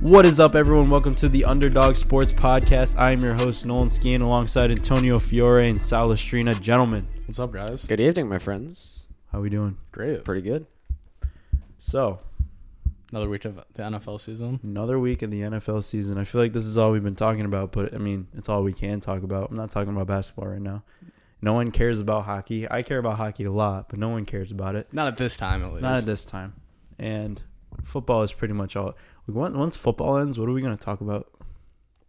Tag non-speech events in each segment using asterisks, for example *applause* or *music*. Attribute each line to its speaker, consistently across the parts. Speaker 1: What is up, everyone? Welcome to the Underdog Sports Podcast. I am your host, Nolan Skeen, alongside Antonio Fiore and Sal Lestrina. Gentlemen,
Speaker 2: What's up, guys?
Speaker 3: Good evening, my friends.
Speaker 1: how we doing?
Speaker 2: Great.
Speaker 3: Pretty good.
Speaker 1: So,
Speaker 2: Another week of the NFL season.
Speaker 1: another week in the NFL season. I feel like this is all we've been talking about, but I mean, it's all we can talk about. I'm not talking about basketball right now. No one cares about hockey. I care about hockey a lot, but no one cares about it.
Speaker 2: Not at this time, at least.
Speaker 1: Not at this time. And football is pretty much all. like, on- Once football ends, what are we going to talk about?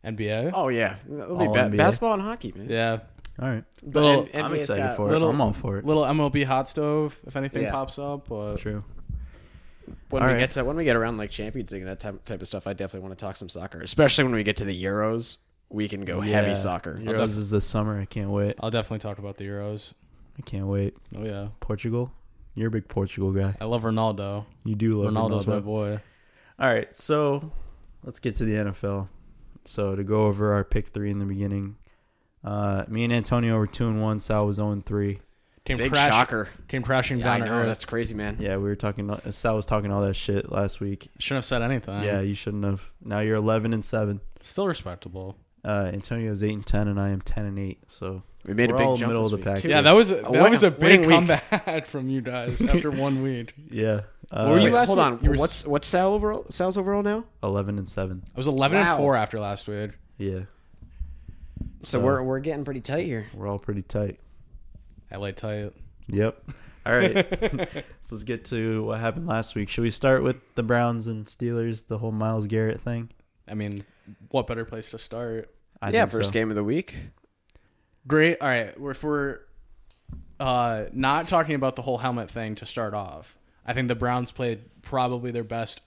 Speaker 2: NBA.
Speaker 3: Oh yeah, it'll be
Speaker 1: All
Speaker 3: ba-
Speaker 1: NBA.
Speaker 3: basketball and hockey, man.
Speaker 2: Yeah.
Speaker 1: All right.
Speaker 3: But
Speaker 2: Little-
Speaker 3: N-
Speaker 1: I'm
Speaker 3: NBA's
Speaker 1: excited
Speaker 3: got-
Speaker 1: for it.
Speaker 2: little-
Speaker 1: I'm all for it.
Speaker 2: Little MLB hot stove. If anything
Speaker 3: Yeah.
Speaker 2: pops up, but
Speaker 1: True.
Speaker 3: When
Speaker 1: All
Speaker 3: we
Speaker 1: right.
Speaker 3: get to when we get around like Champions League and that type, type of stuff, I definitely want to talk some soccer, especially when we get to the Euros. We can go
Speaker 1: Yeah.
Speaker 3: heavy soccer.
Speaker 2: Yeah.
Speaker 1: Euros
Speaker 2: def-
Speaker 1: is this summer. I can't wait.
Speaker 2: I'll definitely talk about the Euros.
Speaker 1: I can't wait.
Speaker 2: Oh yeah,
Speaker 1: Portugal. You're a big Portugal guy.
Speaker 2: I love Ronaldo.
Speaker 1: You do love
Speaker 2: Ronaldo's my
Speaker 1: Ronaldo.
Speaker 2: boy.
Speaker 1: All right, so let's get to the NFL. So to go over our pick three in the beginning, uh, me and Antonio were two and one. Sal was zero and three.
Speaker 2: Came
Speaker 3: Big
Speaker 2: crash-
Speaker 3: shocker.
Speaker 2: Came crashing
Speaker 3: Yeah, I
Speaker 2: down to
Speaker 3: know
Speaker 2: earth.
Speaker 3: that's crazy, man.
Speaker 1: Yeah, we were talking. uh, Sal was talking all that shit last week.
Speaker 2: Shouldn't have said anything.
Speaker 1: yeah, you shouldn't have. Now you're eleven and seven.
Speaker 2: Still respectable.
Speaker 1: Uh, Antonio's eight and ten, and I am ten and eight. So
Speaker 3: We made
Speaker 1: We're
Speaker 3: a big
Speaker 1: all
Speaker 3: jump
Speaker 1: middle
Speaker 3: this
Speaker 1: of the
Speaker 3: week,
Speaker 1: pack.
Speaker 3: too.
Speaker 1: Yeah.
Speaker 2: Yeah, that was that
Speaker 3: win-
Speaker 2: was a big
Speaker 3: winning week.
Speaker 2: comeback *laughs* from you
Speaker 3: *laughs*
Speaker 2: guys after one week.
Speaker 1: yeah, uh,
Speaker 2: What were you
Speaker 3: Wait,
Speaker 2: last
Speaker 3: hold
Speaker 2: week-
Speaker 3: on.
Speaker 2: you were s-
Speaker 3: what's what's Sal overall? Sal's overall now.
Speaker 1: eleven and seven.
Speaker 2: I was eleven
Speaker 3: Wow.
Speaker 2: and four after last week.
Speaker 1: Yeah,
Speaker 3: So
Speaker 1: Uh,
Speaker 3: we're we're getting pretty tight here.
Speaker 1: we're all pretty tight.
Speaker 2: I lay tight.
Speaker 1: Yep. All right. so let's get to what happened last week. Should we start with the Browns and Steelers, the whole Miles Garrett thing?
Speaker 2: I mean, what better place to start?
Speaker 1: I
Speaker 3: yeah,
Speaker 1: think
Speaker 3: first
Speaker 1: so.
Speaker 3: game of the week.
Speaker 2: Great. All right. If we're uh, not talking about the whole helmet thing to start off, I think the Browns played probably their best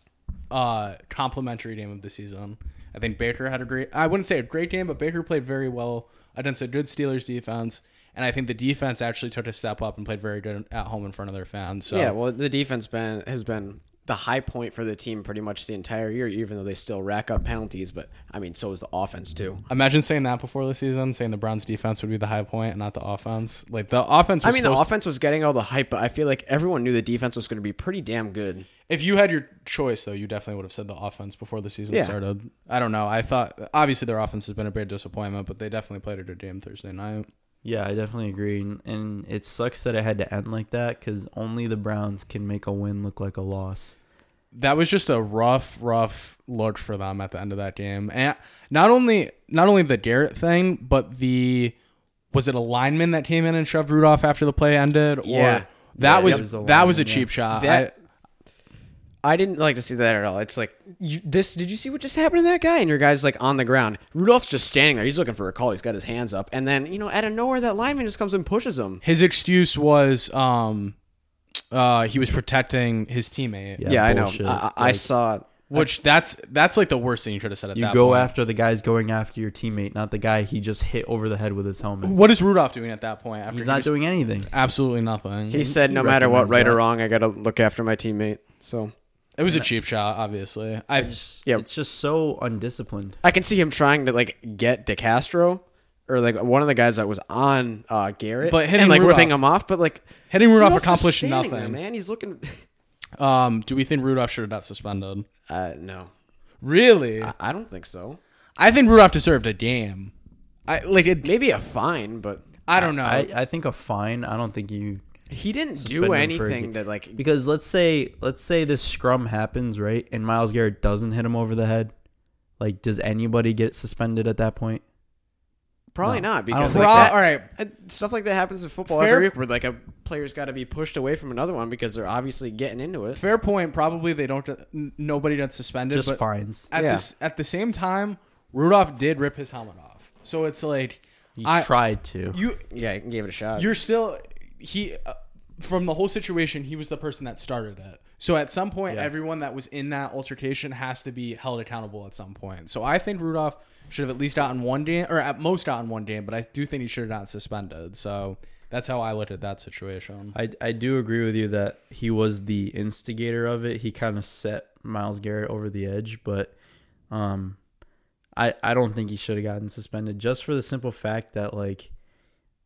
Speaker 2: uh, complimentary game of the season. I think Baker had a great, I wouldn't say a great game, but Baker played very well against a good Steelers defense. And I think the defense actually took a step up and played very good at home in front of their fans. So
Speaker 3: Yeah, well, the defense been has been the high point for the team pretty much the entire year, even though they still rack up penalties. But I mean, so is the offense too.
Speaker 2: imagine saying that before the season, saying the Browns defense would be the high point and not the offense. Like the offense
Speaker 3: I
Speaker 2: was
Speaker 3: mean, the
Speaker 2: supposed to-
Speaker 3: offense was getting all the hype, but I feel like everyone knew the defense was going to be pretty damn good.
Speaker 2: If you had your choice, though, you definitely would have said the offense before the season
Speaker 3: Yeah.
Speaker 2: started. I don't know. I thought obviously their offense has been a big disappointment, but they definitely played a good game Thursday night.
Speaker 1: Yeah, I definitely agree. And, and it sucks that it had to end like that because only the Browns can make a win look like a loss.
Speaker 2: That was just a rough, rough look for them at the end of that game, and not only not only the Garrett thing, but the was it a lineman that came in and shoved Rudolph after the play ended?
Speaker 3: Yeah.
Speaker 2: or that
Speaker 3: Yeah,
Speaker 2: was,
Speaker 3: it
Speaker 1: was a
Speaker 2: that was a
Speaker 1: lineman, yeah.
Speaker 2: cheap shot.
Speaker 3: That-
Speaker 2: I-
Speaker 3: I didn't like to see that at all. It's like you, this. Did you see what just happened to that guy? And your guy's like on the ground. Rudolph's just standing there. He's looking for a call. He's got his hands up, and then you know, out of nowhere, that lineman just comes and pushes him.
Speaker 2: his excuse was um, uh, he was protecting his teammate.
Speaker 3: Yeah, I know.
Speaker 1: bullshit.
Speaker 3: I, I, I
Speaker 1: Like,
Speaker 3: saw.
Speaker 2: Which that's that's like the worst thing you could have said at
Speaker 1: you
Speaker 2: that
Speaker 1: go
Speaker 2: point.
Speaker 1: after the guys going after your teammate, not the guy he just hit over the head with his helmet.
Speaker 2: What is Rudolph doing at that point? After
Speaker 1: He's
Speaker 2: he
Speaker 1: not
Speaker 2: was-
Speaker 1: doing anything.
Speaker 2: absolutely nothing.
Speaker 3: He said,
Speaker 1: he
Speaker 3: "No matter what,
Speaker 1: recognized
Speaker 3: right
Speaker 1: that.
Speaker 3: or wrong, I got to look after my teammate." So
Speaker 2: it was a cheap shot, obviously. I
Speaker 3: Yeah.
Speaker 1: It's just so undisciplined.
Speaker 3: I can see him trying to like get DeCastro or like one of the guys that was on uh, Garrett,
Speaker 2: But hitting
Speaker 3: and like
Speaker 2: Rudolph.
Speaker 3: ripping him off. But like
Speaker 2: hitting Rudolph
Speaker 3: Rudolph's just
Speaker 2: accomplished
Speaker 3: standing there,
Speaker 2: nothing.
Speaker 3: man, he's looking.
Speaker 2: um, do we think Rudolph should have got suspended?
Speaker 3: Uh, no,
Speaker 2: Really?
Speaker 1: Uh,
Speaker 3: I- I don't think so.
Speaker 2: I think Rudolph deserved a game. I like it.
Speaker 3: Maybe a fine, but
Speaker 2: I don't know.
Speaker 1: I, I think a fine. I don't think you
Speaker 3: he didn't
Speaker 1: Suspend him
Speaker 3: do
Speaker 1: for a
Speaker 3: anything
Speaker 1: game.
Speaker 3: that like.
Speaker 1: Because let's say let's say this scrum happens, right? And Miles Garrett doesn't hit him over the head. Like, does anybody get suspended at that point?
Speaker 3: Probably
Speaker 1: No,
Speaker 3: not
Speaker 1: I don't
Speaker 3: because
Speaker 1: think
Speaker 3: like,
Speaker 2: Pro-
Speaker 3: that-
Speaker 2: all right.
Speaker 3: uh, stuff like that happens in football
Speaker 2: Fair-
Speaker 3: every week, where like a player's got to be pushed away from another one because they're obviously getting into it.
Speaker 2: Fair point. Probably they don't. n- Nobody got suspended.
Speaker 1: Just
Speaker 2: but
Speaker 1: fines.
Speaker 2: At
Speaker 3: Yeah.
Speaker 2: this, at the same time, Rudolph did rip his helmet off. So it's like
Speaker 1: You
Speaker 2: I
Speaker 1: tried to.
Speaker 2: you
Speaker 3: Yeah, I gave it a shot.
Speaker 2: you're still he uh, from the whole situation he was the person that started it so at some point everyone that was in that altercation has to be held accountable at some point so i think rudolph should have at least gotten one game or at most gotten one game but i do think he should have gotten suspended so that's how i looked at that situation
Speaker 1: I I do agree with you that he was the instigator of it. He kind of set Miles Garrett over the edge, but um I I don't think he should have gotten suspended just for the simple fact that like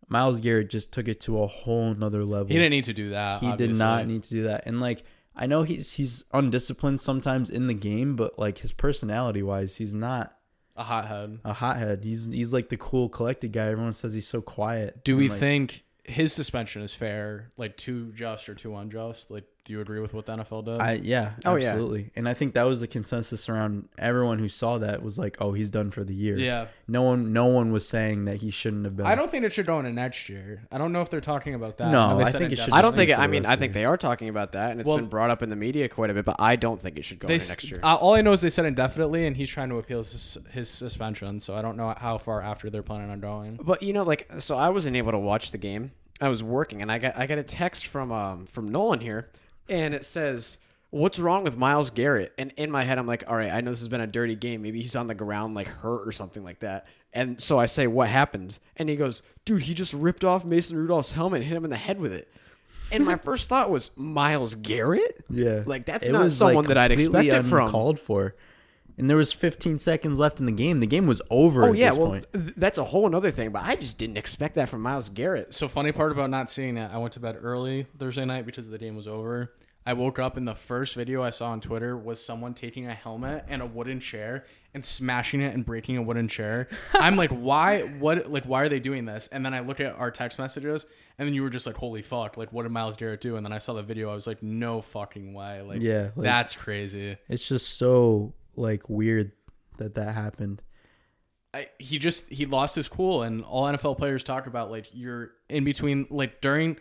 Speaker 1: Miles Garrett just took it to a whole nother level.
Speaker 2: he didn't need to do that
Speaker 1: he did
Speaker 2: obviously.
Speaker 1: not need to do that. And like I know he's he's undisciplined sometimes in the game, but like his personality wise, he's not
Speaker 2: A hothead.
Speaker 1: a hothead. He's he's like the cool, collected guy. Everyone says he's so quiet.
Speaker 2: Do we
Speaker 1: And, like,
Speaker 2: think his suspension is fair, like too just or too unjust? Like, do you agree with what the NFL did?
Speaker 1: I yeah,
Speaker 3: Oh, yeah.
Speaker 1: absolutely. And I think that was the consensus around everyone who saw that was like, oh, he's done for the year.
Speaker 2: yeah.
Speaker 1: No one, no one was saying that he shouldn't have been.
Speaker 2: I don't think it should go into next year. I don't know if they're talking about that.
Speaker 1: No,
Speaker 2: know they
Speaker 1: I
Speaker 2: said
Speaker 1: think it should
Speaker 3: I
Speaker 1: just
Speaker 2: indefinite.
Speaker 3: don't
Speaker 1: be
Speaker 3: think.
Speaker 1: for
Speaker 3: It,
Speaker 1: the
Speaker 3: I mean,
Speaker 1: rest
Speaker 3: I
Speaker 1: of
Speaker 3: think
Speaker 1: the
Speaker 3: they are talking about that, and it's
Speaker 2: Well-
Speaker 3: been brought up in the media quite a bit. But I don't think it should go
Speaker 2: They
Speaker 3: into
Speaker 2: s-
Speaker 3: next year.
Speaker 2: uh, all I know is they said indefinitely, and he's trying to appeal his, his suspension. So I don't know how far after they're planning on going.
Speaker 3: But you know, like, so I wasn't able to watch the game. I was working, and I got I got a text from um from Nolan here, and it says, "What's wrong with Miles Garrett?" And in my head, I'm like, "All right, I know this has been a dirty game. Maybe he's on the ground like hurt or something like that." And so I say, "What happened?" And he goes, "Dude, he just ripped off Mason Rudolph's helmet and hit him in the head with it." And my first thought was Miles Garrett.
Speaker 1: Yeah,
Speaker 3: like that's
Speaker 1: It
Speaker 3: not
Speaker 1: was, like,
Speaker 3: someone that I'd
Speaker 1: completely
Speaker 3: expect it from.
Speaker 1: Uncalled for, and there was 15 seconds left in the game. The game was over.
Speaker 3: Oh
Speaker 1: at
Speaker 3: yeah,
Speaker 1: this
Speaker 3: well
Speaker 1: point.
Speaker 3: th- that's a whole another thing. But I just didn't expect that from Miles Garrett.
Speaker 2: So funny part about not seeing it, I went to bed early Thursday night because the game was over. I woke up and the first video I saw on Twitter was someone taking a helmet and a wooden chair and smashing it and breaking a wooden chair. I'm like, why? What? Like, why are they doing this? And then I look at our text messages, and then you were just like, holy fuck! Like, what did Miles Garrett do? And then I saw the video. I was like, no fucking way! Like,
Speaker 1: Yeah, like-
Speaker 2: that's crazy.
Speaker 1: It's just so like weird that that happened.
Speaker 2: I, he just he lost his cool and all NFL players talk about like you're in between like during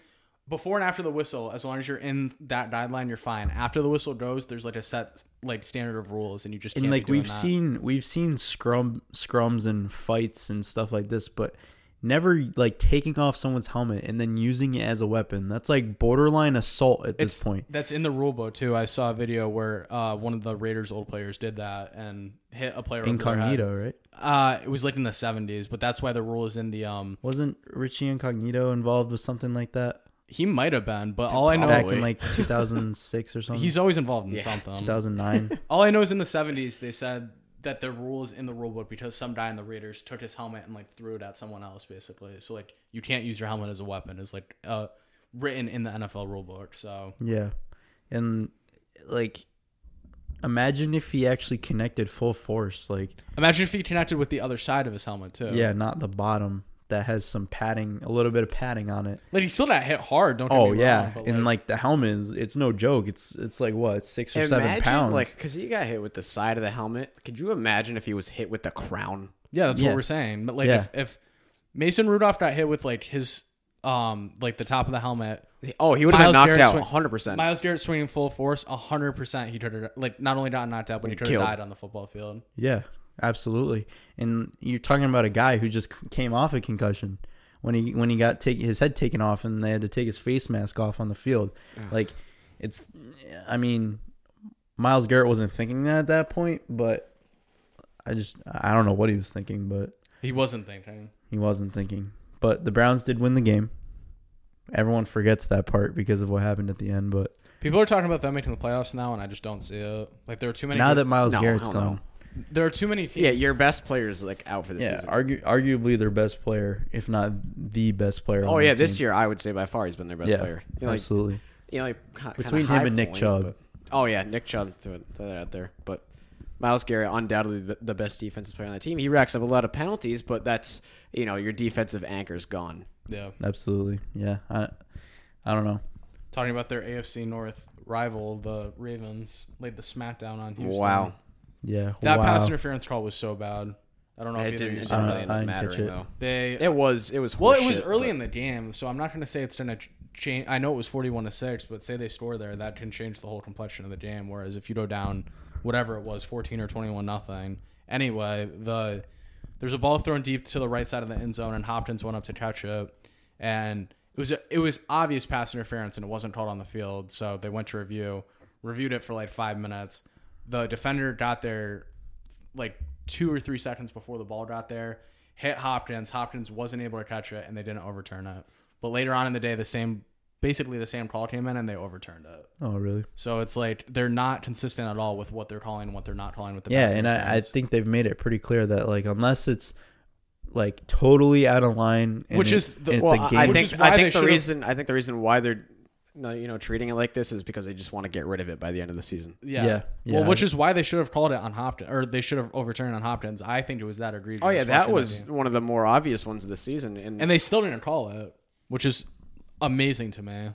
Speaker 2: before and after the whistle as long as you're in that guideline you're fine after the whistle goes there's like a set like standard of rules and you just can't
Speaker 1: And like
Speaker 2: be doing
Speaker 1: we've
Speaker 2: that.
Speaker 1: seen we've seen scrum scrums and fights and stuff like this, but never like taking off someone's helmet and then using it as a weapon. That's like borderline assault at this
Speaker 2: It's-
Speaker 1: point.
Speaker 2: that's in the rule book too I saw a video where uh, one of the Raiders old players did that and hit a player over their head.
Speaker 1: Incognito, right?
Speaker 2: uh it was like in the 70s but that's why the rule is in the um
Speaker 1: Wasn't Richie Incognito involved with something like that
Speaker 2: he might have been but all I know
Speaker 1: back
Speaker 3: Probably.
Speaker 1: in
Speaker 2: *laughs*
Speaker 1: like 2006 or something?
Speaker 2: he's always involved in something *laughs*
Speaker 1: 2009.
Speaker 2: All I know is in the 70s they said that the rule is in the rule book because some guy in the Raiders took his helmet and like threw it at someone else basically. So like you can't use your helmet as a weapon is like uh written in the NFL rule book. So
Speaker 1: Yeah. And like imagine if he actually connected full force like
Speaker 2: imagine if he connected with the other side of his helmet too.
Speaker 1: yeah, not the bottom that has some padding, a little bit of padding on it.
Speaker 2: Like he still got hit hard, don't get
Speaker 1: Oh
Speaker 2: me
Speaker 1: yeah,
Speaker 2: wrong, but,
Speaker 1: and like the helmet is it's no joke. It's it's like what six or seven
Speaker 3: Imagine,
Speaker 1: pounds.
Speaker 3: Like, because he got hit with the side of the helmet. Could you imagine if he was hit with the crown?
Speaker 2: Yeah, that's
Speaker 1: Yeah.
Speaker 2: what we're saying. But like
Speaker 1: Yeah.
Speaker 2: if, if Mason Rudolph got hit with like his um like the top of the helmet
Speaker 3: Oh, he would have been
Speaker 2: Miles
Speaker 3: knocked
Speaker 2: Garrett
Speaker 3: out
Speaker 2: swing-
Speaker 3: 100. percent
Speaker 2: Miles Garrett swinging full force, hundred percent. He could have like not only got knocked out, but he could have
Speaker 3: Killed.
Speaker 2: died on the football field.
Speaker 1: yeah, absolutely. And you're talking about a guy who just c- came off a concussion when he when he got take, his head taken off and they had to take his face mask off on the field. Like it's, I mean, Miles Garrett wasn't thinking that at that point, but I just I don't know what he was thinking, but
Speaker 2: He wasn't thinking.
Speaker 1: He wasn't thinking. But the Browns did win the game. Everyone forgets that part because of what happened at the end. But
Speaker 2: People are talking about them making the playoffs now, and I just don't see it. Like there are too many.
Speaker 1: now that Miles
Speaker 3: No,
Speaker 1: Garrett's
Speaker 3: hell no.
Speaker 1: gone,
Speaker 2: there are too many teams.
Speaker 3: Yeah, your best player is like out for the
Speaker 1: yeah,
Speaker 3: season.
Speaker 1: argu- arguably their best player, if not the best player.
Speaker 3: oh yeah, this year I would say by far he's been their best
Speaker 1: yeah,
Speaker 3: player. You know, like,
Speaker 1: absolutely.
Speaker 3: you know, like, ki- kinda
Speaker 1: Between him
Speaker 3: high
Speaker 1: and Nick
Speaker 3: point,
Speaker 1: Chubb.
Speaker 3: but- oh yeah, Nick Chubb threw it- threw that out there, but. Miles Garrett, undoubtedly the- the best defensive player on the team. He racks up a lot of penalties, but that's you know your defensive anchor's gone.
Speaker 2: yeah,
Speaker 1: Absolutely, yeah. I, I don't know.
Speaker 2: talking about their AFC North rival, the Ravens, laid the smackdown on Houston.
Speaker 3: Wow,
Speaker 1: Yeah,
Speaker 2: that
Speaker 1: wow.
Speaker 2: pass interference call was so bad. I don't know if either
Speaker 3: it
Speaker 2: of
Speaker 3: didn't,
Speaker 2: you
Speaker 3: it
Speaker 2: saw
Speaker 1: Uh,
Speaker 3: didn't
Speaker 2: that.
Speaker 3: really end
Speaker 1: I
Speaker 3: up
Speaker 1: didn't catch
Speaker 3: mattering
Speaker 1: it.
Speaker 3: though.
Speaker 2: They
Speaker 3: It was it was
Speaker 2: well, it was
Speaker 3: horseshit,
Speaker 2: early
Speaker 3: but-
Speaker 2: in the game, so I'm not going to say it's going to change. I know it was 41 to six, but say they score there, that can change the whole complexion of the game. Whereas if you go down, whatever it was, 14 or 21 nothing. Anyway, the there's a ball thrown deep to the right side of the end zone, and Hopkins went up to catch it, and it was it was obvious pass interference, and it wasn't called on the field, so they went to review, reviewed it for like five minutes. The defender got there like two or three seconds before the ball got there, hit Hopkins. Hopkins wasn't able to catch it, and they didn't overturn it. But later on in the day, the same, basically the same call came in, and they overturned it.
Speaker 1: Oh really?
Speaker 2: So it's like they're not consistent at all with what they're calling, and what they're not calling with the
Speaker 1: yeah,
Speaker 2: pass
Speaker 1: and I, I
Speaker 2: interference.
Speaker 1: think they've made it pretty clear that like unless it's like totally out of line, and
Speaker 2: Which
Speaker 1: it's-
Speaker 2: is the-
Speaker 1: and it's
Speaker 2: well,
Speaker 1: a
Speaker 3: I-
Speaker 1: game.
Speaker 3: I
Speaker 2: Which
Speaker 3: think
Speaker 2: is why
Speaker 3: I
Speaker 2: they
Speaker 3: think the
Speaker 2: should've-
Speaker 3: reason I think the reason why they're no, you know, treating it like this is because they just want to get rid of it by the end of the season.
Speaker 2: Yeah.
Speaker 1: Yeah, yeah.
Speaker 2: Well, which is why they should have called it on Hopkins, or they should have overturned on Hopkins. I think it was that egregious.
Speaker 3: Oh yeah, that
Speaker 2: watching
Speaker 3: was
Speaker 2: game.
Speaker 3: one of the more obvious ones of the season. And,
Speaker 2: And they still didn't call it, which is amazing to me.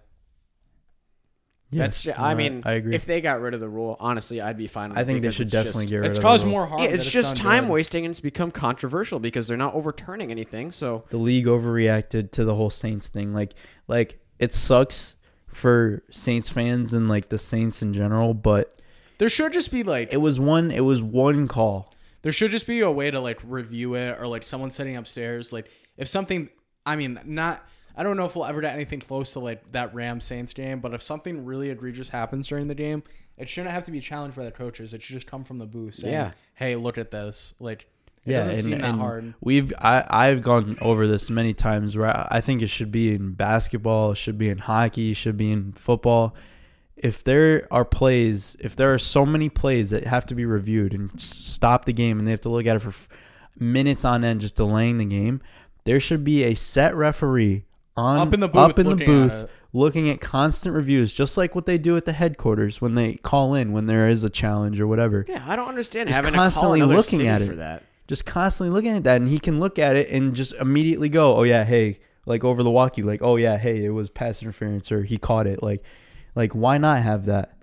Speaker 1: Yeah,
Speaker 3: that's
Speaker 1: no,
Speaker 3: I mean,
Speaker 1: I agree.
Speaker 3: if they got rid of the rule, honestly, I'd be fine. With
Speaker 1: I
Speaker 3: it
Speaker 1: think they
Speaker 3: because
Speaker 1: should
Speaker 3: it's just-
Speaker 1: definitely get rid
Speaker 2: It's
Speaker 1: of
Speaker 2: caused
Speaker 1: the rule.
Speaker 2: more harm.
Speaker 3: Yeah,
Speaker 2: than
Speaker 3: it's just
Speaker 2: done
Speaker 3: time
Speaker 2: good.
Speaker 3: wasting, and it's become controversial because they're not overturning anything. So
Speaker 1: the league overreacted to the whole Saints thing. Like like it sucks for Saints fans and like the Saints in general, but
Speaker 2: There should just be like
Speaker 1: it was one it was one call.
Speaker 2: There should just be a way to like review it or like someone sitting upstairs. Like if something, I mean, not, I don't know if we'll ever get anything close to like that Ram Saints game, but if something really egregious happens during the game, it shouldn't have to be challenged by the coaches. It should just come from the booth saying,
Speaker 3: Yeah.
Speaker 2: hey, look at this. Like, it doesn't
Speaker 1: and-
Speaker 2: seem that
Speaker 1: and
Speaker 2: hard.
Speaker 1: We've I I've gone over this many times. Where I- I think it should be in basketball, it should be in hockey, it should be in football. If there are plays, if there are so many plays that have to be reviewed and s- stop the game, and they have to look at it for f- minutes on end, just delaying the game, there should be a set referee on
Speaker 2: Up in the
Speaker 1: up
Speaker 2: booth
Speaker 1: in the
Speaker 2: looking at
Speaker 1: booth
Speaker 2: it.
Speaker 1: looking at constant reviews, just like what they do at the headquarters when they call in when there is a challenge or whatever
Speaker 3: yeah, I don't understand
Speaker 1: Just
Speaker 3: having
Speaker 1: constantly
Speaker 3: to call another
Speaker 1: looking
Speaker 3: city
Speaker 1: at it.
Speaker 3: for that.
Speaker 1: just constantly looking at that and he can look at it and just immediately go oh yeah hey like over the walkie like oh yeah hey it was pass interference or he caught it like like why not have that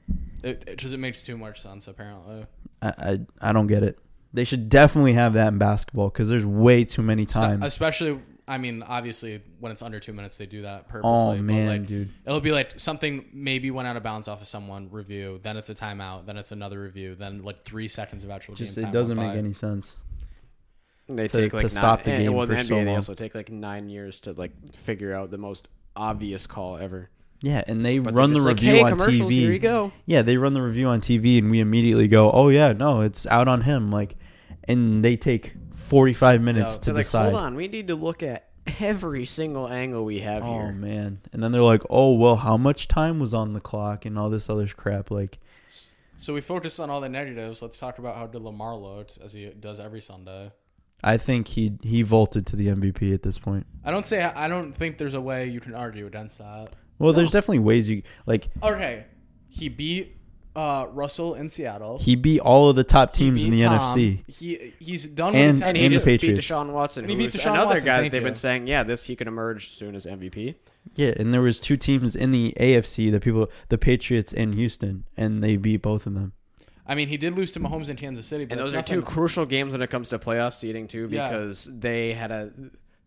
Speaker 2: It, it just it makes too much sense, apparently.
Speaker 1: i i, I don't get it they should definitely have that in basketball because there's way too many times
Speaker 2: Especially, I mean, obviously, when it's under two minutes, they do that purposely.
Speaker 1: Oh,
Speaker 2: but,
Speaker 1: man,
Speaker 2: like,
Speaker 1: dude.
Speaker 2: It'll be like something maybe went out of bounds off of someone review, then it's a timeout, then it's another review, then like three seconds of actual
Speaker 1: just
Speaker 2: game time.
Speaker 1: it doesn't
Speaker 2: went
Speaker 1: make
Speaker 2: by.
Speaker 1: any sense
Speaker 3: And They
Speaker 1: to-
Speaker 3: take like
Speaker 1: to
Speaker 3: nine,
Speaker 1: stop the
Speaker 3: and-
Speaker 1: game
Speaker 3: well, in
Speaker 1: for
Speaker 3: the NBA,
Speaker 1: so
Speaker 3: They
Speaker 1: long.
Speaker 3: also take like nine years to like figure out the most obvious call ever.
Speaker 1: yeah and they
Speaker 3: But they're
Speaker 1: run the
Speaker 3: just like,
Speaker 1: review
Speaker 3: "Hey,
Speaker 1: on
Speaker 3: commercials,
Speaker 1: tv
Speaker 3: Here you go.
Speaker 1: yeah they run the review on tv and we immediately go oh yeah no it's out on him like and they take 45 minutes
Speaker 2: Yeah,
Speaker 1: to
Speaker 3: They're Oh, like,
Speaker 1: decide
Speaker 3: hold on, we need to look at every single angle we have
Speaker 1: Oh
Speaker 3: here.
Speaker 1: man. And then they're like, "Oh, well, how much time was on the clock and all this other crap like
Speaker 2: So we focused on all the negatives. Let's talk about how did Lamar looked as he does every Sunday.
Speaker 1: I think he he vaulted to the MVP at this point.
Speaker 2: I don't say I don't think there's a way you can argue against that.
Speaker 1: Well, there's definitely ways you like
Speaker 2: Okay, he beat uh, Russell in Seattle.
Speaker 1: he beat all of the top teams
Speaker 2: He
Speaker 1: in the
Speaker 2: beat Tom.
Speaker 1: NFC.
Speaker 2: He he's
Speaker 1: And-
Speaker 2: done. what he's had
Speaker 1: and
Speaker 2: to
Speaker 1: he
Speaker 2: do.
Speaker 1: just- Patriots.
Speaker 3: beat Deshaun Watson,
Speaker 2: And he
Speaker 3: who's
Speaker 2: beat Deshaun
Speaker 3: another
Speaker 2: Watson,
Speaker 3: guy that
Speaker 2: thank
Speaker 3: they've
Speaker 2: you.
Speaker 3: been saying, yeah, this he could emerge soon as MVP.
Speaker 1: Yeah, and there was two teams in the AFC, the people the Patriots and Houston, and they beat both of them.
Speaker 2: I mean, he did lose to Mahomes in Kansas City, but
Speaker 3: And
Speaker 2: that's
Speaker 3: those are two
Speaker 2: nothing.
Speaker 3: crucial games when it comes to playoff seeding too,
Speaker 2: Yeah.
Speaker 3: because they had a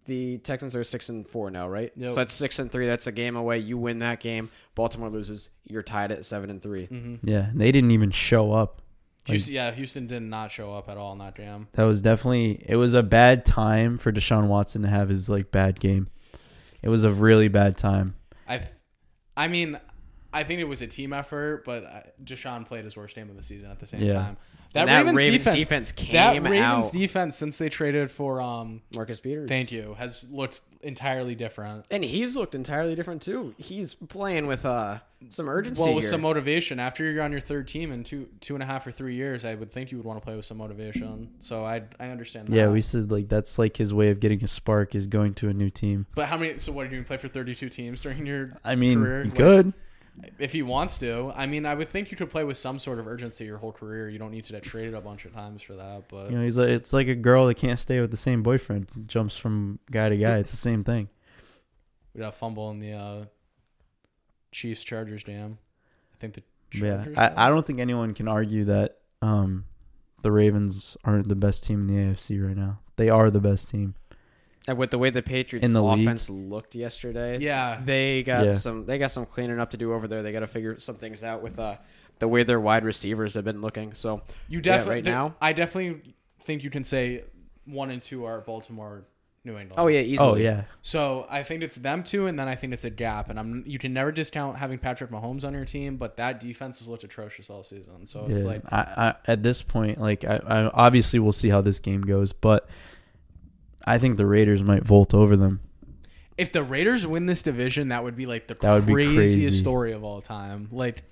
Speaker 3: the Texans are six and four now, right?
Speaker 2: Yep.
Speaker 3: So that's six and three. That's a game away. You win that game. Baltimore loses. You're tied at seven and 3
Speaker 1: Yeah, and they didn't even show up.
Speaker 2: Houston, yeah, Houston did not show up at all in that game.
Speaker 1: That was definitely it was a bad time for Deshaun Watson to have his like bad game. It was a really bad time.
Speaker 2: I, I mean, I think it was a team effort, but uh, Deshaun played his worst game of the season at the same
Speaker 1: Yeah.
Speaker 2: time.
Speaker 3: And that Ravens defense
Speaker 2: that
Speaker 3: came
Speaker 2: Ravens
Speaker 3: out.
Speaker 2: defense since they traded for um,
Speaker 3: Marcus Peters.
Speaker 2: thank you, has looked entirely different.
Speaker 3: And he's looked entirely different too. He's playing with uh some urgency.
Speaker 2: Well, with
Speaker 3: here.
Speaker 2: some motivation. After you're on your third team in two two and a half or three years, I would think you would want to play with some motivation. So I I understand that.
Speaker 1: Yeah, we said like that's like his way of getting a spark is going to a new team.
Speaker 2: But how many? So what did you play for 32 teams during your?
Speaker 1: I mean,
Speaker 2: career?
Speaker 1: you
Speaker 2: Like,
Speaker 1: could.
Speaker 2: if he wants to. I mean, I would think you could play with some sort of urgency your whole career. You don't need to get traded a bunch of times for that. But
Speaker 3: uh,
Speaker 1: You know, he's like it's like a girl that can't stay with the same boyfriend. Jumps from guy to guy. It's the same thing.
Speaker 2: we got a fumble in the uh, Chiefs Chargers game. I think the
Speaker 1: Yeah,
Speaker 2: Chargers.
Speaker 1: I, I don't think anyone can argue that um, the Ravens aren't the best team in the AFC right now. They are the best team.
Speaker 3: And with the way the Patriots
Speaker 1: In the league.
Speaker 3: offense looked yesterday,
Speaker 2: Yeah.
Speaker 3: they got
Speaker 1: Yeah.
Speaker 3: some they got some cleaning up to do over there. They got to figure some things out with uh the way their wide receivers have been looking. So
Speaker 2: you
Speaker 3: yeah,
Speaker 2: definitely
Speaker 3: right now.
Speaker 2: I definitely think you can say one and two are Baltimore, New England.
Speaker 3: Oh yeah, easily.
Speaker 1: Oh yeah,
Speaker 2: So I think it's them two, and then I think it's a gap. And I'm you can never discount having Patrick Mahomes on your team, but that defense has looked atrocious all season. So it's
Speaker 1: yeah.
Speaker 2: like
Speaker 1: I, I, at this point, like I, I obviously we'll see how this game goes, but I think the Raiders might volt over them.
Speaker 2: if the Raiders win this division, that would be like the
Speaker 1: That would be
Speaker 2: craziest
Speaker 1: crazy.
Speaker 2: story of all time. Like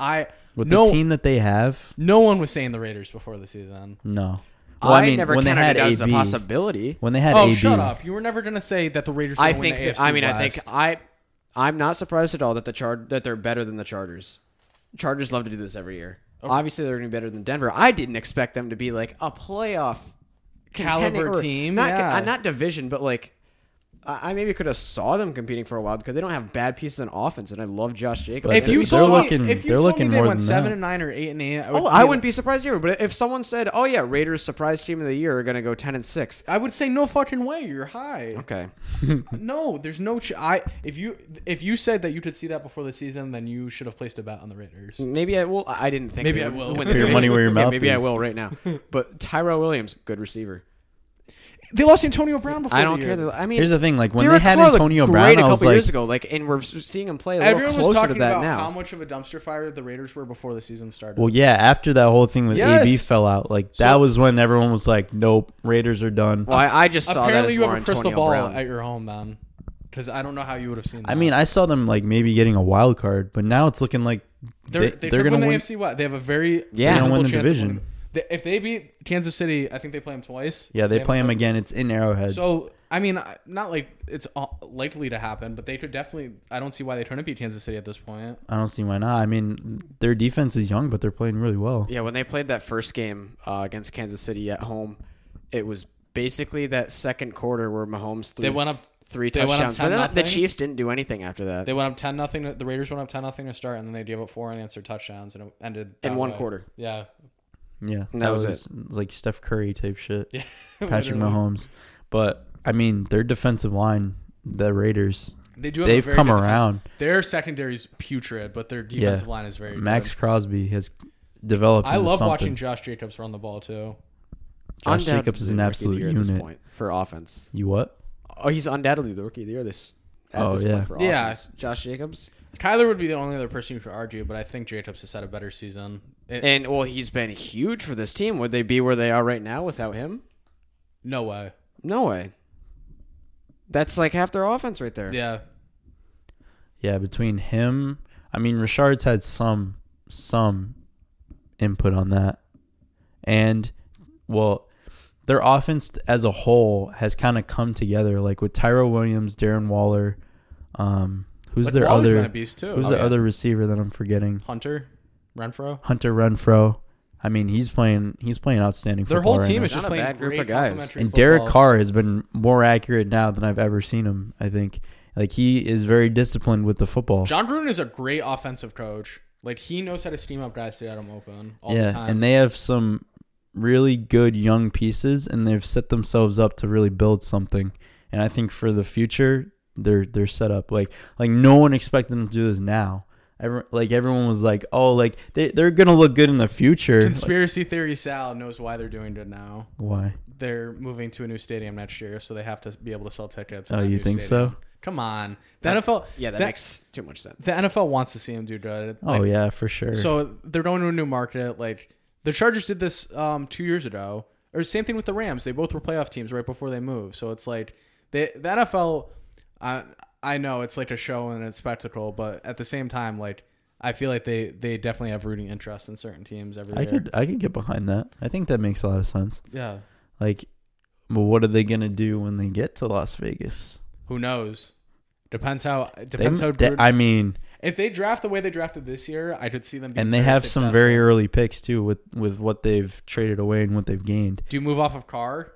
Speaker 2: I
Speaker 1: With
Speaker 2: no
Speaker 1: the team that they have,
Speaker 2: no one was saying the Raiders before the season.
Speaker 1: no.
Speaker 3: I, never counted it as a possibility.
Speaker 1: when they had
Speaker 2: Oh,
Speaker 1: AB,
Speaker 2: shut up! You were never gonna say that the Raiders. Were
Speaker 3: I
Speaker 2: gonna win
Speaker 3: think
Speaker 2: The
Speaker 3: that-
Speaker 2: AFC
Speaker 3: I mean I
Speaker 2: West.
Speaker 3: think I I'm not surprised at all that the char- that they're better than the Chargers. Chargers love to do this every year. Obviously, they're going to be better than Denver. I didn't expect them to be like a playoff
Speaker 2: Caliber
Speaker 3: contender- or
Speaker 2: team,
Speaker 3: Not
Speaker 2: yeah.
Speaker 3: uh, not division, but like I I maybe could have saw them competing for a while because they don't have bad pieces on offense, and I love Josh Jacobs.
Speaker 1: But
Speaker 2: If
Speaker 1: they're-
Speaker 2: you
Speaker 1: they're
Speaker 2: told me,
Speaker 1: looking-
Speaker 2: if you
Speaker 1: they're
Speaker 2: told
Speaker 1: looking
Speaker 2: me they
Speaker 1: more
Speaker 2: went
Speaker 1: than
Speaker 2: seven
Speaker 1: that.
Speaker 2: and nine or eight and eight, I would
Speaker 3: Oh, I
Speaker 2: be
Speaker 3: wouldn't be surprised either. But if someone said, "Oh yeah, Raiders surprise team of the year are going to go ten and 6.
Speaker 2: I would say no fucking way. You're
Speaker 3: *laughs*
Speaker 2: high.
Speaker 3: okay,
Speaker 2: No, there's no. Ch- I if you if you said that you could see that before the season, then you should have placed a bet on the Raiders.
Speaker 3: maybe I will. I didn't think.
Speaker 2: Maybe
Speaker 3: they
Speaker 2: I
Speaker 3: would
Speaker 2: will. Put
Speaker 3: win the
Speaker 1: your
Speaker 3: division. *laughs*
Speaker 1: money where your
Speaker 3: Yeah,
Speaker 1: mouth
Speaker 3: Maybe I
Speaker 1: is.
Speaker 3: will
Speaker 1: *laughs*
Speaker 3: right now. But Tyrell Williams, good receiver.
Speaker 2: They lost Antonio Brown before.
Speaker 3: I
Speaker 2: the
Speaker 3: don't care.
Speaker 2: year.
Speaker 3: That, I mean,
Speaker 1: Here's the thing, like, when
Speaker 3: Derek
Speaker 1: they had
Speaker 3: Carr looked
Speaker 1: Antonio
Speaker 3: great
Speaker 1: Brown,
Speaker 3: a
Speaker 1: I
Speaker 3: couple
Speaker 1: was
Speaker 3: years
Speaker 1: like-
Speaker 3: ago, like, and we're seeing him play a little
Speaker 2: Everyone was
Speaker 3: closer to
Speaker 2: talking
Speaker 3: that
Speaker 2: about
Speaker 3: now.
Speaker 2: how much of a dumpster fire the Raiders were before the season started.
Speaker 1: Well, yeah, after that whole thing with AB
Speaker 2: Yes.
Speaker 1: fell out, like that
Speaker 2: So-
Speaker 1: was when everyone was like, "Nope, Raiders are done."
Speaker 3: well, I, I just saw that as
Speaker 2: Apparently, you
Speaker 3: more
Speaker 2: have a crystal
Speaker 3: Antonio
Speaker 2: ball
Speaker 3: Brown.
Speaker 2: at your home, then, because I don't know how you would have seen. That.
Speaker 1: I mean, I saw them like maybe getting a wild card, but now it's looking like
Speaker 2: they're,
Speaker 1: they,
Speaker 2: they,
Speaker 1: are gonna
Speaker 2: could win the
Speaker 1: win.
Speaker 2: AFC. What they have a very
Speaker 3: Yeah. They're
Speaker 1: gonna win
Speaker 2: reasonable
Speaker 1: the
Speaker 2: chance of
Speaker 1: division.
Speaker 2: winning. They- If they beat Kansas City, I think they play them twice.
Speaker 1: Yeah, they
Speaker 2: Same
Speaker 1: play them
Speaker 2: with-
Speaker 1: again. It's in Arrowhead.
Speaker 2: So I mean, I- not like it's uh, likely to happen, but they could definitely. I don't see why they couldn't beat Kansas City at this point.
Speaker 1: I don't see why not. I mean, their defense is young, but they're playing really well.
Speaker 3: Yeah, when they played that first game uh, against Kansas City at home, it was basically that second quarter where Mahomes threw
Speaker 2: They went up-
Speaker 3: three
Speaker 2: they went up
Speaker 3: touchdowns. but then the
Speaker 2: 10-0.
Speaker 3: Chiefs didn't do anything after that
Speaker 2: They went up ten nothing. The Raiders went up ten nothing to start, and then they gave up four unanswered touchdowns, and it ended
Speaker 3: in
Speaker 2: that
Speaker 3: one
Speaker 2: way.
Speaker 3: quarter.
Speaker 2: Yeah,
Speaker 1: Yeah, that,
Speaker 3: was
Speaker 1: like Steph Curry type shit,
Speaker 2: yeah.
Speaker 1: Patrick
Speaker 2: Literally.
Speaker 1: Mahomes. But I mean, their defensive line, the Raiders,
Speaker 2: They do. Have a
Speaker 1: they've
Speaker 2: very
Speaker 1: come
Speaker 2: good defense.
Speaker 1: around.
Speaker 2: Their secondary's putrid, but their defensive line is very
Speaker 1: Max
Speaker 2: Good.
Speaker 1: Crosby has developed.
Speaker 2: I
Speaker 1: into
Speaker 2: love
Speaker 1: something.
Speaker 2: watching Josh Jacobs run the ball too.
Speaker 1: Josh
Speaker 3: Undoubtedly
Speaker 1: Jacobs is an
Speaker 3: the rookie of the
Speaker 1: absolute
Speaker 3: year at this
Speaker 1: unit.
Speaker 3: point for offense.
Speaker 1: You what?
Speaker 3: Oh, he's undoubtedly the rookie of the year this. At
Speaker 1: Oh,
Speaker 3: this
Speaker 1: yeah.
Speaker 3: point for
Speaker 2: Yeah.
Speaker 3: offense. Josh Jacobs,
Speaker 2: Kyler would be the only other person you could argue, but I think Jacobs has had a better season. It-
Speaker 3: and well, he's been huge for this team. Would they be where they are right now without him?
Speaker 2: no way.
Speaker 3: No way. That's like half their offense right there.
Speaker 2: Yeah.
Speaker 1: Yeah, between him, I mean, Richard's had some some input on that, and well, their offense as a whole has kind of come together. Like with Tyro Williams, Darren Waller, um, who's
Speaker 2: Like,
Speaker 1: their
Speaker 2: Waller's been
Speaker 1: other
Speaker 2: a beast too.
Speaker 1: who's
Speaker 2: Oh,
Speaker 1: the
Speaker 2: yeah.
Speaker 1: other receiver that I'm forgetting?
Speaker 2: Hunter, Renfro.
Speaker 1: Hunter Renfro. I mean, he's playing he's playing outstanding.
Speaker 2: Their
Speaker 1: football
Speaker 2: whole
Speaker 1: right
Speaker 2: team
Speaker 1: now.
Speaker 2: is
Speaker 3: Not
Speaker 2: just
Speaker 3: a
Speaker 2: playing
Speaker 3: bad group
Speaker 2: great
Speaker 3: of guys.
Speaker 2: complimentary
Speaker 1: And Derek
Speaker 2: football.
Speaker 1: Carr has been more accurate now than I've ever seen him. I think, like he is very disciplined with the football.
Speaker 2: John Gruden is a great offensive coach. Like he knows how to steam up guys to get them open all the
Speaker 1: yeah,
Speaker 2: time.
Speaker 1: and they have some really good young pieces, and they've set themselves up to really build something. And I think for the future, they're they're set up like like no one expected them to do this now. Every, like everyone was like, oh, like they they're gonna look good in the future. Like,
Speaker 2: Conspiracy theory Sal knows why they're doing good now.
Speaker 1: why?
Speaker 2: They're moving to a new stadium next year, so they have to be able to sell tickets.
Speaker 1: Oh,
Speaker 2: in that
Speaker 1: you
Speaker 2: new
Speaker 1: think
Speaker 2: stadium.
Speaker 1: so?
Speaker 2: Come on, the NFL.
Speaker 3: Yeah, that,
Speaker 2: the,
Speaker 3: makes too much sense.
Speaker 2: the NFL wants to see him do good.
Speaker 1: Oh yeah, for sure.
Speaker 2: So they're going to a new market. Like the Chargers did this um, two years ago, or same thing with the Rams. They both were playoff teams right before they moved. So it's like they, the NFL. I I know it's like a show and a spectacle, but at the same time, like I feel like they they definitely have rooting interest in certain teams every
Speaker 1: I
Speaker 2: year.
Speaker 1: could I could get behind that. I think that makes a lot of sense.
Speaker 2: yeah.
Speaker 1: Like, well, what are they gonna do when they get to Las Vegas?
Speaker 2: Who knows? Depends how
Speaker 1: They-
Speaker 2: depends how
Speaker 1: they-
Speaker 2: Gruden-
Speaker 1: I mean,
Speaker 2: if they draft the way they drafted this year, I could see them. Being
Speaker 1: and they
Speaker 2: very
Speaker 1: have some very
Speaker 2: successful.
Speaker 1: early picks too with with what they've traded away and what they've gained.
Speaker 2: Do you move off of Carr?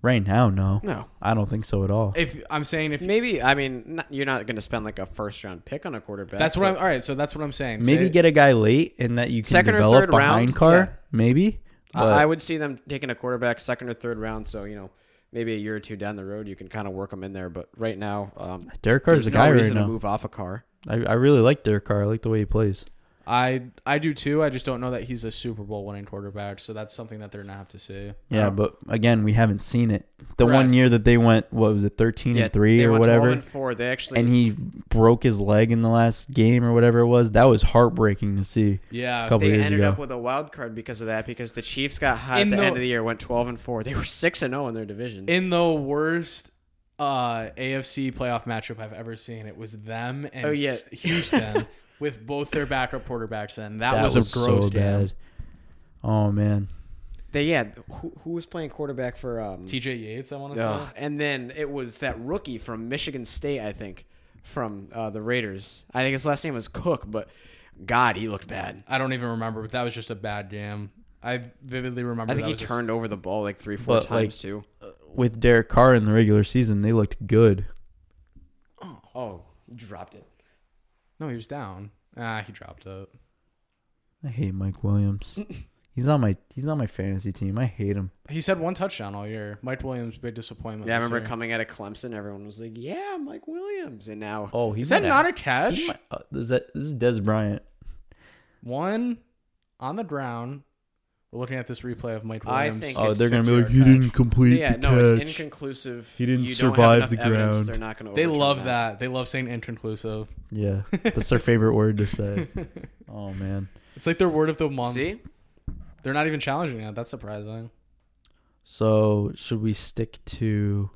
Speaker 1: Right now, no,
Speaker 3: No,
Speaker 1: I don't think so at all.
Speaker 2: If I'm saying if
Speaker 3: maybe I mean not, you're not going to spend like a first round pick on a quarterback.
Speaker 2: that's what
Speaker 3: but
Speaker 2: I'm. All right, so that's what I'm saying.
Speaker 1: maybe
Speaker 2: Say-
Speaker 1: get a guy late and that you can
Speaker 3: Second or
Speaker 1: develop
Speaker 3: third
Speaker 1: behind
Speaker 3: round,
Speaker 1: Carr,
Speaker 3: yeah.
Speaker 1: maybe. But
Speaker 3: I, I would see them taking a quarterback second or third round. So you know maybe a year or two down the road you can kind of work them in there. But right now, um,
Speaker 1: Derek Carr's
Speaker 3: there's
Speaker 1: the
Speaker 3: no
Speaker 1: guy right
Speaker 3: reason to
Speaker 1: now.
Speaker 3: move off a car.
Speaker 1: I, I really like Derek Carr. I like the way he plays.
Speaker 2: I I do too. I just don't know that he's a Super Bowl winning quarterback, so that's something that they're gonna have to see.
Speaker 1: Yeah,
Speaker 3: Uh-huh.
Speaker 1: but again, we haven't seen it. The one
Speaker 2: Correct.
Speaker 1: year that they went, what was it, thirteen and three
Speaker 3: they
Speaker 1: or
Speaker 3: went 12
Speaker 1: whatever,
Speaker 3: And four. They actually
Speaker 1: and he broke his leg in the last game or whatever it was. That was heartbreaking to see.
Speaker 2: Yeah,
Speaker 1: Couple-
Speaker 3: they
Speaker 1: years
Speaker 3: ended
Speaker 1: ago.
Speaker 3: up with a wild card because of that because the Chiefs got hot
Speaker 2: In
Speaker 3: at the,
Speaker 2: the-
Speaker 3: end of the year, went 12 and four. They were six and zero in their division.
Speaker 2: in the worst uh, AFC playoff matchup I've ever seen, it was them and
Speaker 3: Oh, yeah. *laughs*
Speaker 2: Houston with both their backup quarterbacks, and that,
Speaker 1: That
Speaker 2: was,
Speaker 1: was,
Speaker 2: a
Speaker 1: so
Speaker 2: gross game.
Speaker 1: bad. Oh man,
Speaker 3: they yeah, who, who was playing quarterback for um,
Speaker 2: TJ Yates, I want to
Speaker 3: Ugh,
Speaker 2: say.
Speaker 3: and then it was that rookie from Michigan State, I think. from uh, the Raiders. I think his last name was Cook, but God, he looked bad.
Speaker 2: I don't even remember, but that was just a bad game. I vividly remember.
Speaker 3: I think
Speaker 2: that
Speaker 3: he
Speaker 2: was a s-
Speaker 3: turned over the ball like three, four
Speaker 1: But, like-
Speaker 3: times too.
Speaker 1: With Derek Carr in the regular season, they looked good.
Speaker 3: Oh, dropped it.
Speaker 2: no, he was down. Ah, he dropped it.
Speaker 1: I hate Mike
Speaker 2: *laughs*
Speaker 1: Williams. he's on my he's on my fantasy team. I hate him.
Speaker 2: He said one touchdown all year. Mike Williams big disappointment.
Speaker 3: Yeah, I
Speaker 2: this
Speaker 3: remember
Speaker 2: year.
Speaker 3: coming out of Clemson, everyone was like, "Yeah, Mike Williams," and now
Speaker 1: Oh, he's
Speaker 2: Is that not a catch?
Speaker 1: uh, is that this is Des Bryant?
Speaker 2: One on the ground. We're looking at this replay of Mike
Speaker 3: I
Speaker 2: Williams.
Speaker 3: think
Speaker 1: Oh,
Speaker 3: it's
Speaker 1: they're gonna be like
Speaker 3: 50-yard
Speaker 1: he
Speaker 3: catch.
Speaker 1: didn't complete
Speaker 3: yeah,
Speaker 1: the
Speaker 3: no,
Speaker 1: catch.
Speaker 3: it's inconclusive.
Speaker 1: He didn't
Speaker 3: You don't
Speaker 1: survive
Speaker 3: have
Speaker 1: the
Speaker 3: enough evidence.
Speaker 1: ground.
Speaker 3: They're not going to.
Speaker 2: they love that. They love saying inconclusive. *laughs*
Speaker 1: yeah, that's their favorite word to say. Oh man.
Speaker 2: It's like their word of the month.
Speaker 3: See,
Speaker 2: They're not even challenging that. That's surprising.
Speaker 1: So should we stick to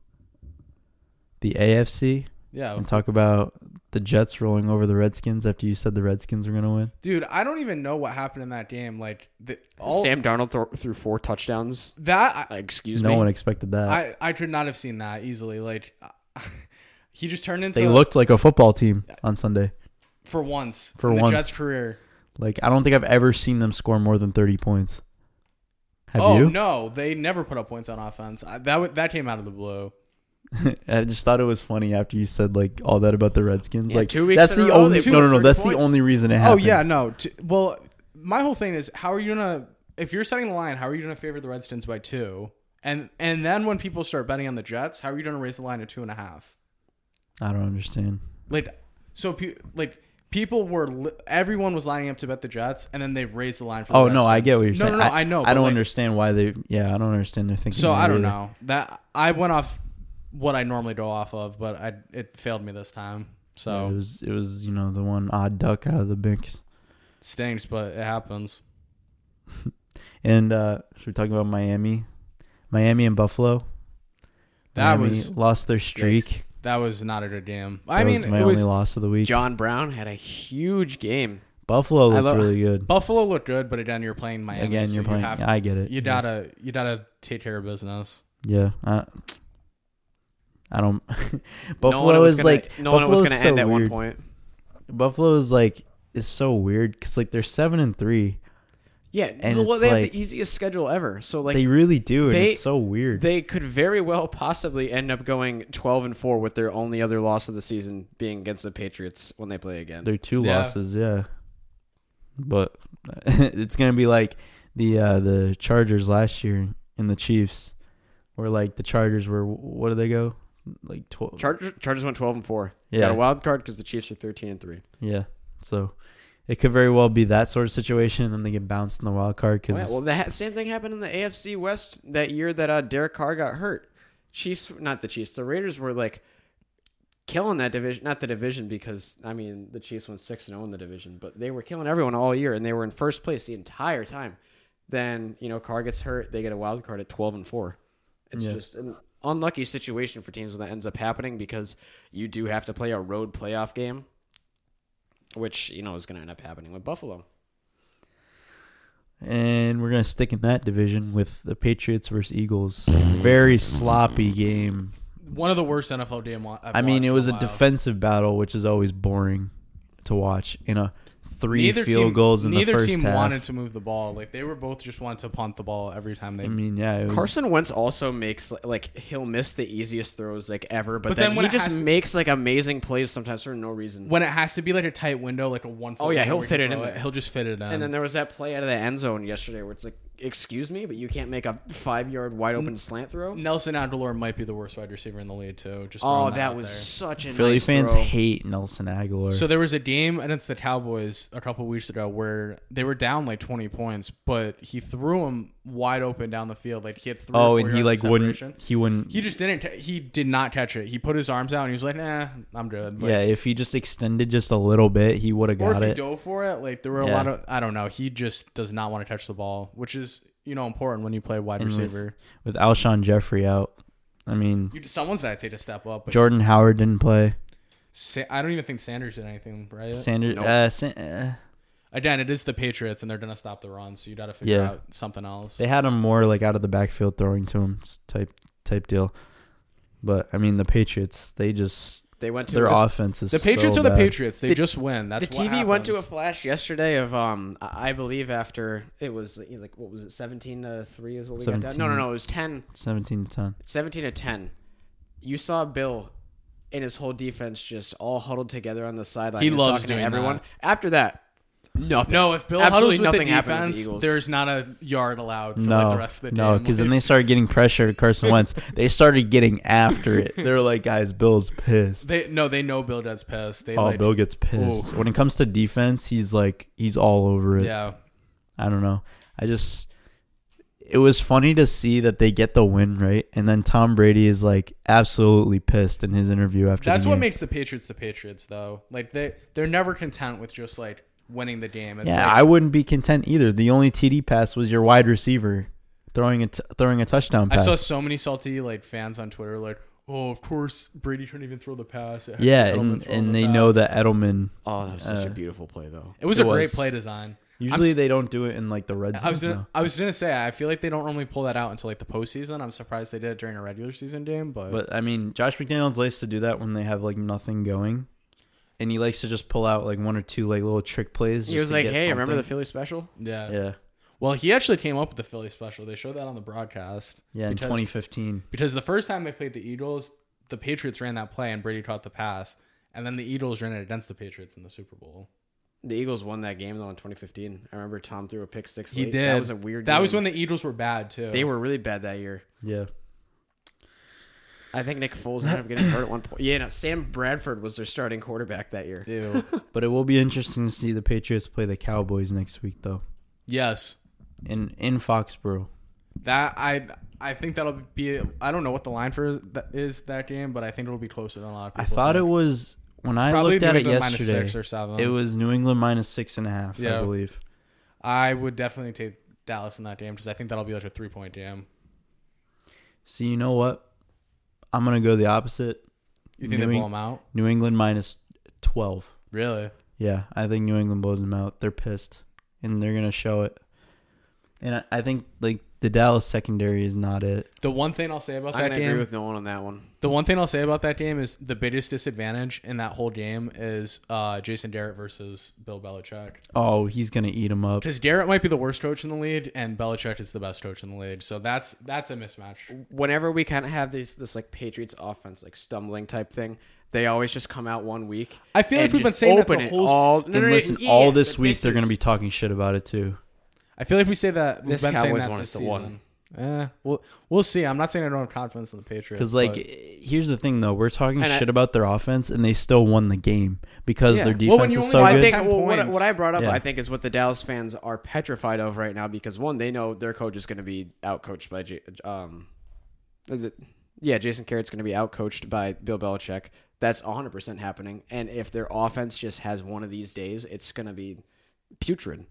Speaker 1: the AFC
Speaker 2: Yeah,
Speaker 1: and talk about the Jets rolling over the Redskins after you said the Redskins were gonna win?
Speaker 2: dude, I don't even know what happened in that game. Like the, all
Speaker 3: Sam Darnold thro- threw four touchdowns.
Speaker 2: that,
Speaker 3: Uh,
Speaker 2: I,
Speaker 3: Excuse
Speaker 1: no
Speaker 3: me.
Speaker 1: one expected that.
Speaker 2: I I could not have seen that easily. Like *laughs* he just turned into
Speaker 1: they looked like a football team on Sunday.
Speaker 2: for once
Speaker 1: For
Speaker 2: in the
Speaker 1: once.
Speaker 2: Jets career.
Speaker 1: Like I don't think I've ever seen them score more than thirty points. Have
Speaker 2: oh
Speaker 1: you?
Speaker 2: no, they never put up points on offense. I, that w- that came out of the blue.
Speaker 1: *laughs* I just thought it was funny after you said like all that about the Redskins.
Speaker 3: Yeah,
Speaker 1: like
Speaker 3: two weeks
Speaker 1: that's
Speaker 3: in a
Speaker 1: the
Speaker 3: row,
Speaker 1: only
Speaker 3: they
Speaker 1: no no no
Speaker 3: scored
Speaker 1: that's the
Speaker 3: points.
Speaker 1: only reason it happened.
Speaker 2: Oh yeah, no. T- well, my whole thing is, how are you gonna if you're setting the line? How are you gonna favor the Redskins by two? And and then when people start betting on the Jets, how are you gonna raise the line to two and a half?
Speaker 1: I don't understand.
Speaker 2: Like so, pe- like people were li- everyone was lining up to bet the Jets, and then they raised the line for. The
Speaker 1: Oh no, I
Speaker 2: Redskins.
Speaker 1: get what you're
Speaker 2: no,
Speaker 1: saying.
Speaker 2: No, no, I, know.
Speaker 1: I
Speaker 2: but,
Speaker 1: don't
Speaker 2: like,
Speaker 1: understand why they. Yeah, I don't understand their thinking.
Speaker 2: So I don't
Speaker 1: either.
Speaker 2: know that I went off what I normally go off of, but I it failed me this time. So
Speaker 1: It was it was you know the one odd duck out of the mix.
Speaker 2: it stinks, but it happens.
Speaker 1: And uh should we talk about Miami? Miami and Buffalo.
Speaker 2: That
Speaker 1: Miami
Speaker 2: was-
Speaker 1: lost their streak.
Speaker 2: That was not a good game.
Speaker 1: That
Speaker 2: I mean,
Speaker 1: was my
Speaker 2: it
Speaker 1: only
Speaker 2: was,
Speaker 1: loss of the week.
Speaker 3: John Brown had a huge game.
Speaker 1: Buffalo looked
Speaker 3: love-
Speaker 1: really good.
Speaker 2: Buffalo looked good, but again, you're playing Miami.
Speaker 1: Again,
Speaker 2: so
Speaker 1: you're playing.
Speaker 2: You, have,
Speaker 1: I get it.
Speaker 2: you gotta, you gotta take care of business.
Speaker 1: Yeah. I, I don't. *laughs*
Speaker 3: no
Speaker 1: Buffalo
Speaker 3: one was
Speaker 1: is
Speaker 3: gonna,
Speaker 1: like
Speaker 3: no one was
Speaker 1: Buffalo
Speaker 3: going
Speaker 1: is
Speaker 3: to
Speaker 1: so
Speaker 3: end at one
Speaker 1: weird.
Speaker 3: point.
Speaker 1: Buffalo is like is so weird because like they're seven and three.
Speaker 3: Yeah,
Speaker 1: And
Speaker 3: well,
Speaker 1: it's
Speaker 3: they have
Speaker 1: like-
Speaker 3: the easiest schedule ever. So like
Speaker 1: they
Speaker 3: they,
Speaker 1: really do, and
Speaker 3: they-
Speaker 1: it's so weird.
Speaker 3: could very well possibly end up going twelve and four with their only other loss of the season being against the Patriots when they play again.
Speaker 1: Their two
Speaker 2: Yeah.
Speaker 1: losses, yeah. But *laughs* it's gonna be like the uh, the Chargers last year and the Chiefs, where like the Chargers were what do they go like twelve?
Speaker 3: Chargers, Chargers went twelve and four.
Speaker 1: Yeah.
Speaker 3: Got a wild card because the Chiefs are thirteen and three.
Speaker 1: yeah, so it could very well be that sort of situation, and then they get bounced in the wild card
Speaker 2: Oh,
Speaker 3: Well,
Speaker 1: because
Speaker 3: Oh, yeah, well, the ha- same thing happened in the AFC West that year that uh, Derek Carr got hurt. Chiefs, not the Chiefs, the Raiders were like killing that division. Not the division because I mean the Chiefs went six and zero in the division, but they were killing everyone all year and they were in first place the entire time. Then you know Carr gets hurt, they get a wild card at twelve and four. It's
Speaker 1: Yeah.
Speaker 3: just an unlucky situation for teams when that ends up happening because you do have to play a road playoff game, which you know is going to end up happening with Buffalo.
Speaker 1: and we're gonna stick in that division with the Patriots versus Eagles. Very sloppy game.
Speaker 2: One of the worst NFL game. wa- I've
Speaker 1: I mean,
Speaker 2: watched
Speaker 1: it
Speaker 2: in
Speaker 1: was a
Speaker 2: while.
Speaker 1: defensive battle, which is always boring to watch in a three
Speaker 2: Neither
Speaker 1: field
Speaker 2: team,
Speaker 1: goals in the
Speaker 2: neither
Speaker 1: first
Speaker 2: team
Speaker 1: half.
Speaker 2: wanted to move the ball. Like they were both just wanted to punt the ball every time they.
Speaker 1: I mean, yeah, it was,
Speaker 3: Carson Wentz also makes like he'll miss the easiest throws like ever, but,
Speaker 2: But
Speaker 3: then,
Speaker 2: then when
Speaker 3: he
Speaker 2: it
Speaker 3: just
Speaker 2: has to-
Speaker 3: makes like amazing plays sometimes for no reason.
Speaker 2: when it has to be like a tight window, like a one. foot
Speaker 3: Oh, yeah,
Speaker 2: window
Speaker 3: he'll
Speaker 2: where you
Speaker 3: fit
Speaker 2: can
Speaker 3: it in
Speaker 2: throw
Speaker 3: there.
Speaker 2: He'll just fit it in.
Speaker 3: and then there was that play out of the end zone yesterday where it's like, excuse me, but you can't make a five yard wide open slant throw.
Speaker 2: Nelson Aguilar might be the worst wide receiver in the league too. Just
Speaker 3: Oh,
Speaker 2: throwing
Speaker 3: that,
Speaker 2: out
Speaker 3: was
Speaker 2: there.
Speaker 3: such a
Speaker 1: Philly
Speaker 3: nice
Speaker 1: fans
Speaker 3: throw.
Speaker 1: hate Nelson Aguilar.
Speaker 2: So there was a game against the Cowboys a couple weeks ago where they were down like 20 points, but he threw him wide open down the field. Like he had three.
Speaker 1: oh,
Speaker 2: or
Speaker 1: and
Speaker 2: four
Speaker 1: he
Speaker 2: yards
Speaker 1: like
Speaker 2: of
Speaker 1: wouldn't.
Speaker 2: separation.
Speaker 1: He wouldn't.
Speaker 2: He just didn't. ca- he did not catch it. He put his arms out and he was like, "Nah, I'm good." Like,
Speaker 1: yeah, if he just extended just a little bit, he would have
Speaker 2: Or if
Speaker 1: got
Speaker 2: you
Speaker 1: it.
Speaker 2: dove for it, like there were a
Speaker 1: Yeah.
Speaker 2: lot of. I don't know. He just does not want to catch the ball, which is you know important when you play wide
Speaker 1: with-
Speaker 2: receiver.
Speaker 1: With Alshon Jeffrey out, I mean,
Speaker 2: You someone's got to take a step up. But
Speaker 1: Jordan Howard didn't play.
Speaker 2: Sa- I don't even think Sanders did anything right.
Speaker 1: Sanders.
Speaker 3: Nope.
Speaker 1: Uh, San- uh,
Speaker 2: Again, it is the Patriots, and they're gonna stop the run, so you got to figure
Speaker 1: Yeah.
Speaker 2: out something else.
Speaker 1: they had him more like out of the backfield throwing to him s- type type deal. But I mean, the Patriots they just
Speaker 3: They went to
Speaker 1: Their
Speaker 3: the,
Speaker 1: offense is
Speaker 2: The Patriots
Speaker 1: so
Speaker 2: are the
Speaker 1: bad.
Speaker 2: Patriots. They just win. That's
Speaker 3: the TV went to a flash yesterday of um I I believe after it was you know, like what was it 17 to 3 is what we got down. No, no,
Speaker 1: 17.
Speaker 3: no, it was 10
Speaker 1: seventeen to ten.
Speaker 3: 17 to 10. You saw Bill and his whole defense just all huddled together on the sideline.
Speaker 2: He
Speaker 3: was
Speaker 2: loves
Speaker 3: talking to
Speaker 2: doing
Speaker 3: everyone.
Speaker 2: that.
Speaker 3: After that, nothing.
Speaker 2: No, if Bill
Speaker 3: Absolutely
Speaker 2: huddles with the
Speaker 3: nothing happened with the
Speaker 2: defense,
Speaker 3: Eagles.
Speaker 2: there's not a yard allowed for
Speaker 1: No,
Speaker 2: like the rest of the
Speaker 1: no,
Speaker 2: game.
Speaker 1: because then they started getting pressure. to
Speaker 2: *laughs*
Speaker 1: Carson Wentz. they started getting after it. They were like, "Guys, Bill's pissed.
Speaker 2: they no, they know Bill gets pissed. They
Speaker 1: oh,
Speaker 2: like,
Speaker 1: Bill gets pissed." When it comes to defense, he's like, he's all over it.
Speaker 2: yeah,
Speaker 1: I don't know. I just it was funny to see that they get the win right, and then Tom Brady is like absolutely pissed in his interview after.
Speaker 2: that's
Speaker 1: the
Speaker 2: what
Speaker 1: game.
Speaker 2: makes the Patriots the Patriots, though. Like they they're never content with just like winning the game. It's
Speaker 1: Yeah,
Speaker 2: like,
Speaker 1: I wouldn't be content either. The only TD pass was your wide receiver throwing a t- throwing a touchdown
Speaker 2: I
Speaker 1: pass.
Speaker 2: saw so many salty like fans on Twitter like, oh, of course Brady couldn't even throw the pass. It had
Speaker 1: yeah,
Speaker 2: Edelman
Speaker 1: and,
Speaker 2: throwing
Speaker 1: and
Speaker 2: the
Speaker 1: they know
Speaker 2: pass."
Speaker 1: that Edelman.
Speaker 3: Oh, that was
Speaker 2: uh,
Speaker 3: such a beautiful play though.
Speaker 2: it was
Speaker 1: it
Speaker 2: a great
Speaker 1: was.
Speaker 2: play design. I'm
Speaker 1: Usually
Speaker 2: s-
Speaker 1: they don't do it in like the red zone.
Speaker 2: I was gonna,
Speaker 1: no.
Speaker 2: I was gonna say I feel like they don't normally pull that out until like the postseason. I'm surprised they did it during a regular season game, but,
Speaker 1: But I mean, Josh McDaniels likes to do that when they have like nothing going, and he likes to just pull out like one or two like little trick plays.
Speaker 3: He
Speaker 1: just
Speaker 3: was
Speaker 1: to
Speaker 3: like,
Speaker 1: get
Speaker 3: "Hey, remember the
Speaker 1: something."
Speaker 3: Philly special?"
Speaker 2: yeah.
Speaker 1: yeah,
Speaker 2: Well, he actually came up with the Philly special. They showed that on the broadcast.
Speaker 1: yeah, in
Speaker 2: because,
Speaker 1: 2015.
Speaker 2: because the first time they played the Eagles, the Patriots ran that play and Brady caught the pass, and then the Eagles ran it against the Patriots in the Super Bowl.
Speaker 3: The Eagles won that game though in 2015. I remember Tom threw a pick six.
Speaker 2: He
Speaker 3: late.
Speaker 2: did.
Speaker 3: That was a weird.
Speaker 2: That was
Speaker 3: game.
Speaker 2: when the Eagles were bad too.
Speaker 3: they were really bad that year.
Speaker 1: Yeah,
Speaker 3: I think Nick Foles ended up getting hurt at one point. Yeah, no, Sam Bradford was their starting quarterback that year.
Speaker 2: Ew. *laughs*
Speaker 1: but it will be interesting to see the Patriots play the Cowboys next week though,
Speaker 2: yes.
Speaker 1: in in Foxborough.
Speaker 2: That I I think that'll be. I don't know what the line for is, that is that game, but I think it'll be closer than a lot of people.
Speaker 1: I thought it was when I
Speaker 2: probably
Speaker 1: looked at
Speaker 2: New
Speaker 1: it
Speaker 2: England minus
Speaker 1: yesterday.
Speaker 2: six or seven.
Speaker 1: It was New England minus six and a half, I
Speaker 2: Yeah.
Speaker 1: believe.
Speaker 2: I would definitely take Dallas in that game because I think that'll be like a three point game.
Speaker 1: So you know what? I'm gonna go the opposite.
Speaker 2: You think
Speaker 1: New
Speaker 2: they
Speaker 1: Eng-
Speaker 2: blow them out?
Speaker 1: New England minus twelve.
Speaker 2: Really?
Speaker 1: Yeah, I think New England blows them out. They're pissed, and they're gonna show it. And I, I think like the Dallas secondary is not it.
Speaker 2: The one thing I'll say about
Speaker 3: I'm
Speaker 2: that
Speaker 3: gonna
Speaker 2: game.
Speaker 3: agree with no one on that one.
Speaker 2: The one thing I'll say about that game is the biggest disadvantage in that whole game is uh, Jason Garrett versus Bill Belichick.
Speaker 1: Oh, he's gonna eat them up.
Speaker 2: Because Garrett might be the worst coach in the league, and Belichick is the best coach in the league. So that's that's a mismatch.
Speaker 3: Whenever we kind of have these this like Patriots offense like stumbling type thing, they always just come out one week.
Speaker 2: I feel like
Speaker 3: and
Speaker 2: we've been
Speaker 3: just
Speaker 2: saying that
Speaker 3: open
Speaker 2: the
Speaker 3: it
Speaker 2: whole
Speaker 3: all.
Speaker 2: s-
Speaker 3: no, no, no,
Speaker 1: And listen,
Speaker 3: yeah,
Speaker 1: all
Speaker 3: but
Speaker 1: this week they're
Speaker 3: is-
Speaker 1: gonna be talking shit about it too.
Speaker 2: I feel like we say that we've
Speaker 3: This
Speaker 2: been saying
Speaker 3: Cowboys
Speaker 2: that
Speaker 3: want
Speaker 2: this
Speaker 3: us to
Speaker 2: season.
Speaker 3: win.
Speaker 2: Eh, we'll we'll see. I'm not saying I don't have confidence in the Patriots
Speaker 1: Because like,
Speaker 2: but-
Speaker 1: here's the thing though: we're talking
Speaker 3: And I-
Speaker 1: shit about their offense, and they still won the game because
Speaker 3: Yeah.
Speaker 1: their
Speaker 2: Well, when
Speaker 1: defense
Speaker 2: you
Speaker 1: is
Speaker 2: only
Speaker 1: so
Speaker 2: have
Speaker 3: Well, I
Speaker 1: good.
Speaker 3: think
Speaker 2: 10
Speaker 3: well, what,
Speaker 2: points.
Speaker 3: what I brought up,
Speaker 1: Yeah.
Speaker 3: I think, is what the Dallas fans are petrified of right now because one, they know their coach is going to be outcoached by, J- um, is it- yeah, Jason Garrett's going to be outcoached by Bill Belichick. That's 100 percent happening. And if their offense just has one of these days, it's going to be putrid.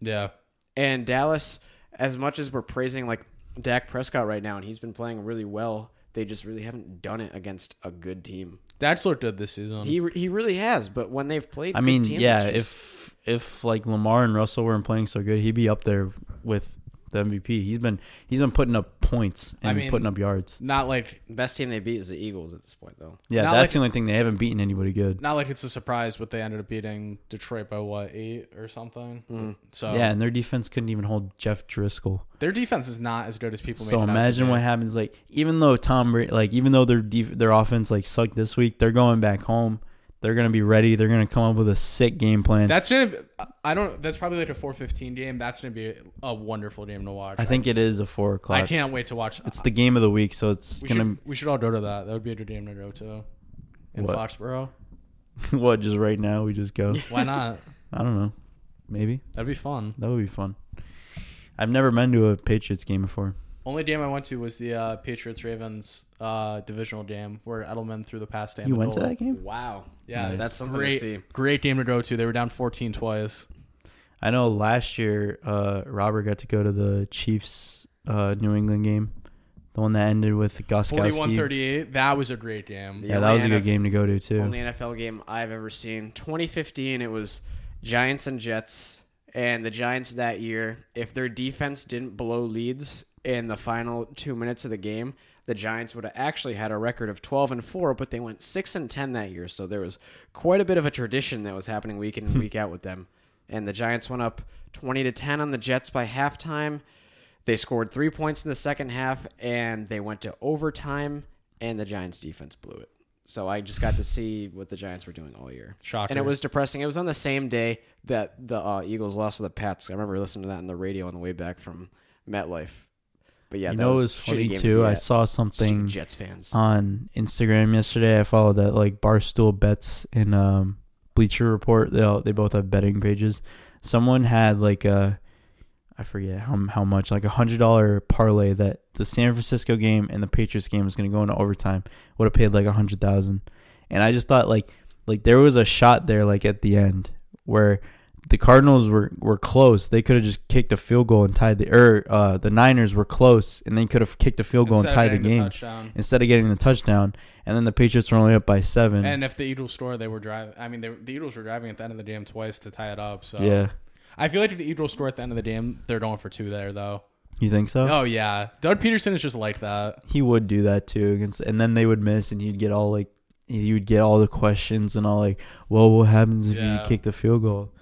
Speaker 2: yeah,
Speaker 3: And Dallas, as much as we're praising like Dak Prescott right now, and he's been playing really well, they just really haven't done it against a good team.
Speaker 2: Dax looked good this season.
Speaker 3: He he really has, but when they've played,
Speaker 1: Mm. I
Speaker 3: good
Speaker 1: mean,
Speaker 3: teams,
Speaker 1: yeah,
Speaker 3: it's just-
Speaker 1: if if like Lamar and Russell weren't playing so good, he'd be up there with the MVP. He's been he's been putting up points and
Speaker 2: I mean,
Speaker 1: putting up yards.
Speaker 2: not like
Speaker 3: best team they beat is the Eagles at this point, though.
Speaker 1: Yeah,
Speaker 2: not
Speaker 1: that's
Speaker 2: like-
Speaker 1: the only thing they haven't beaten anybody good.
Speaker 2: not like it's a surprise, but they ended up beating Detroit by what eight or something.
Speaker 3: Mm.
Speaker 2: So
Speaker 1: Yeah, and their defense couldn't even hold Jeff Driscoll.
Speaker 2: their defense is not as good as people.
Speaker 1: So
Speaker 2: make it out to
Speaker 1: imagine
Speaker 2: be.
Speaker 1: what happens. Like even though Tom, Brady, like even though their def- their offense like sucked this week, they're going back home. They're gonna be ready. They're gonna come up with a sick game plan.
Speaker 2: That's gonna. Be, I don't. That's probably like a four fifteen game. That's gonna be a wonderful game to watch.
Speaker 1: I think it is a four
Speaker 2: I
Speaker 1: o'clock.
Speaker 2: can't wait to watch.
Speaker 1: It's the game of the week, so it's
Speaker 2: we
Speaker 1: gonna
Speaker 2: should, we should all go to that. That would be a good game to go to. In
Speaker 1: What?
Speaker 2: Foxborough,
Speaker 1: *laughs* what just right now. We just go.
Speaker 2: why not?
Speaker 1: I don't know. Maybe.
Speaker 2: That'd be fun.
Speaker 1: That would be fun. I've never been to a Patriots game before.
Speaker 2: Only game I went to was the uh, Patriots Ravens uh, divisional game where Edelman threw the pass to
Speaker 1: You went to
Speaker 2: Amendola.
Speaker 1: that game?
Speaker 3: Wow.
Speaker 2: Yeah,
Speaker 1: Nice.
Speaker 3: That's something to
Speaker 2: great.
Speaker 3: see.
Speaker 2: Great game to go to. They were down fourteen twice.
Speaker 1: I know last year uh, Robert got to go to the Chiefs uh, New England game, the one that ended with Goskowski.
Speaker 2: 41-38. That was a great game.
Speaker 1: Yeah, that was a good
Speaker 3: Atlanta-
Speaker 1: game to go to
Speaker 3: Only
Speaker 1: too.
Speaker 3: NFL game I've ever seen. 2015, it was Giants and Jets, and the Giants that year, if their defense didn't blow leads in the final two minutes of the game, the Giants would have actually had a record of 12 and 4, but they went 6 and 10 that year. So there was quite a bit of a tradition that was happening week in and week out with them. And the Giants went up 20 to 10 on the Jets by halftime. They scored 3 points in the second half and they went to overtime and the Giants defense blew it. So I just got to see what the Giants were doing all year.
Speaker 2: Shocker.
Speaker 3: And it was depressing. It was on the same day that the uh, Eagles lost to the Pats. I remember listening to that on the radio on the way back from MetLife. But yeah,
Speaker 1: you
Speaker 3: that
Speaker 1: know,
Speaker 3: was
Speaker 1: it's
Speaker 3: a shitty
Speaker 1: funny
Speaker 3: game to
Speaker 1: too.
Speaker 3: be
Speaker 1: I
Speaker 3: at.
Speaker 1: saw
Speaker 3: Stupid
Speaker 1: something um,
Speaker 3: Jets fans.
Speaker 1: on Instagram yesterday. I followed that like Barstool Bets and um, Bleacher Report. They all, they both have betting pages. Someone had like a I forget how how much like a hundred dollar parlay that the San Francisco game and the Patriots game was going to go into overtime. Would have paid like a hundred thousand. And I just thought like like there was a shot there like at the end where the Cardinals were, were close. They could have just kicked a field goal and tied the or uh, the Niners were close and they could have kicked a field goal
Speaker 2: Instead of
Speaker 1: and tied the
Speaker 2: getting
Speaker 1: game
Speaker 2: touchdown.
Speaker 1: instead of getting the touchdown, and then the Patriots were only up by seven.
Speaker 2: And if the Eagles score, they were driving. I mean, they, the Eagles were driving at the end of the game twice to tie it up.
Speaker 3: uh,
Speaker 2: So
Speaker 1: yeah,
Speaker 2: I feel like if the Eagles score at the end of the game, they're going for two there though.
Speaker 1: you think so?
Speaker 2: Oh yeah, Doug Peterson is just like that.
Speaker 1: He would do that too against, and then they would miss, and he'd get all like, he would get all the questions and all like, well, what happens if
Speaker 2: Yeah.
Speaker 1: you kick the field goal?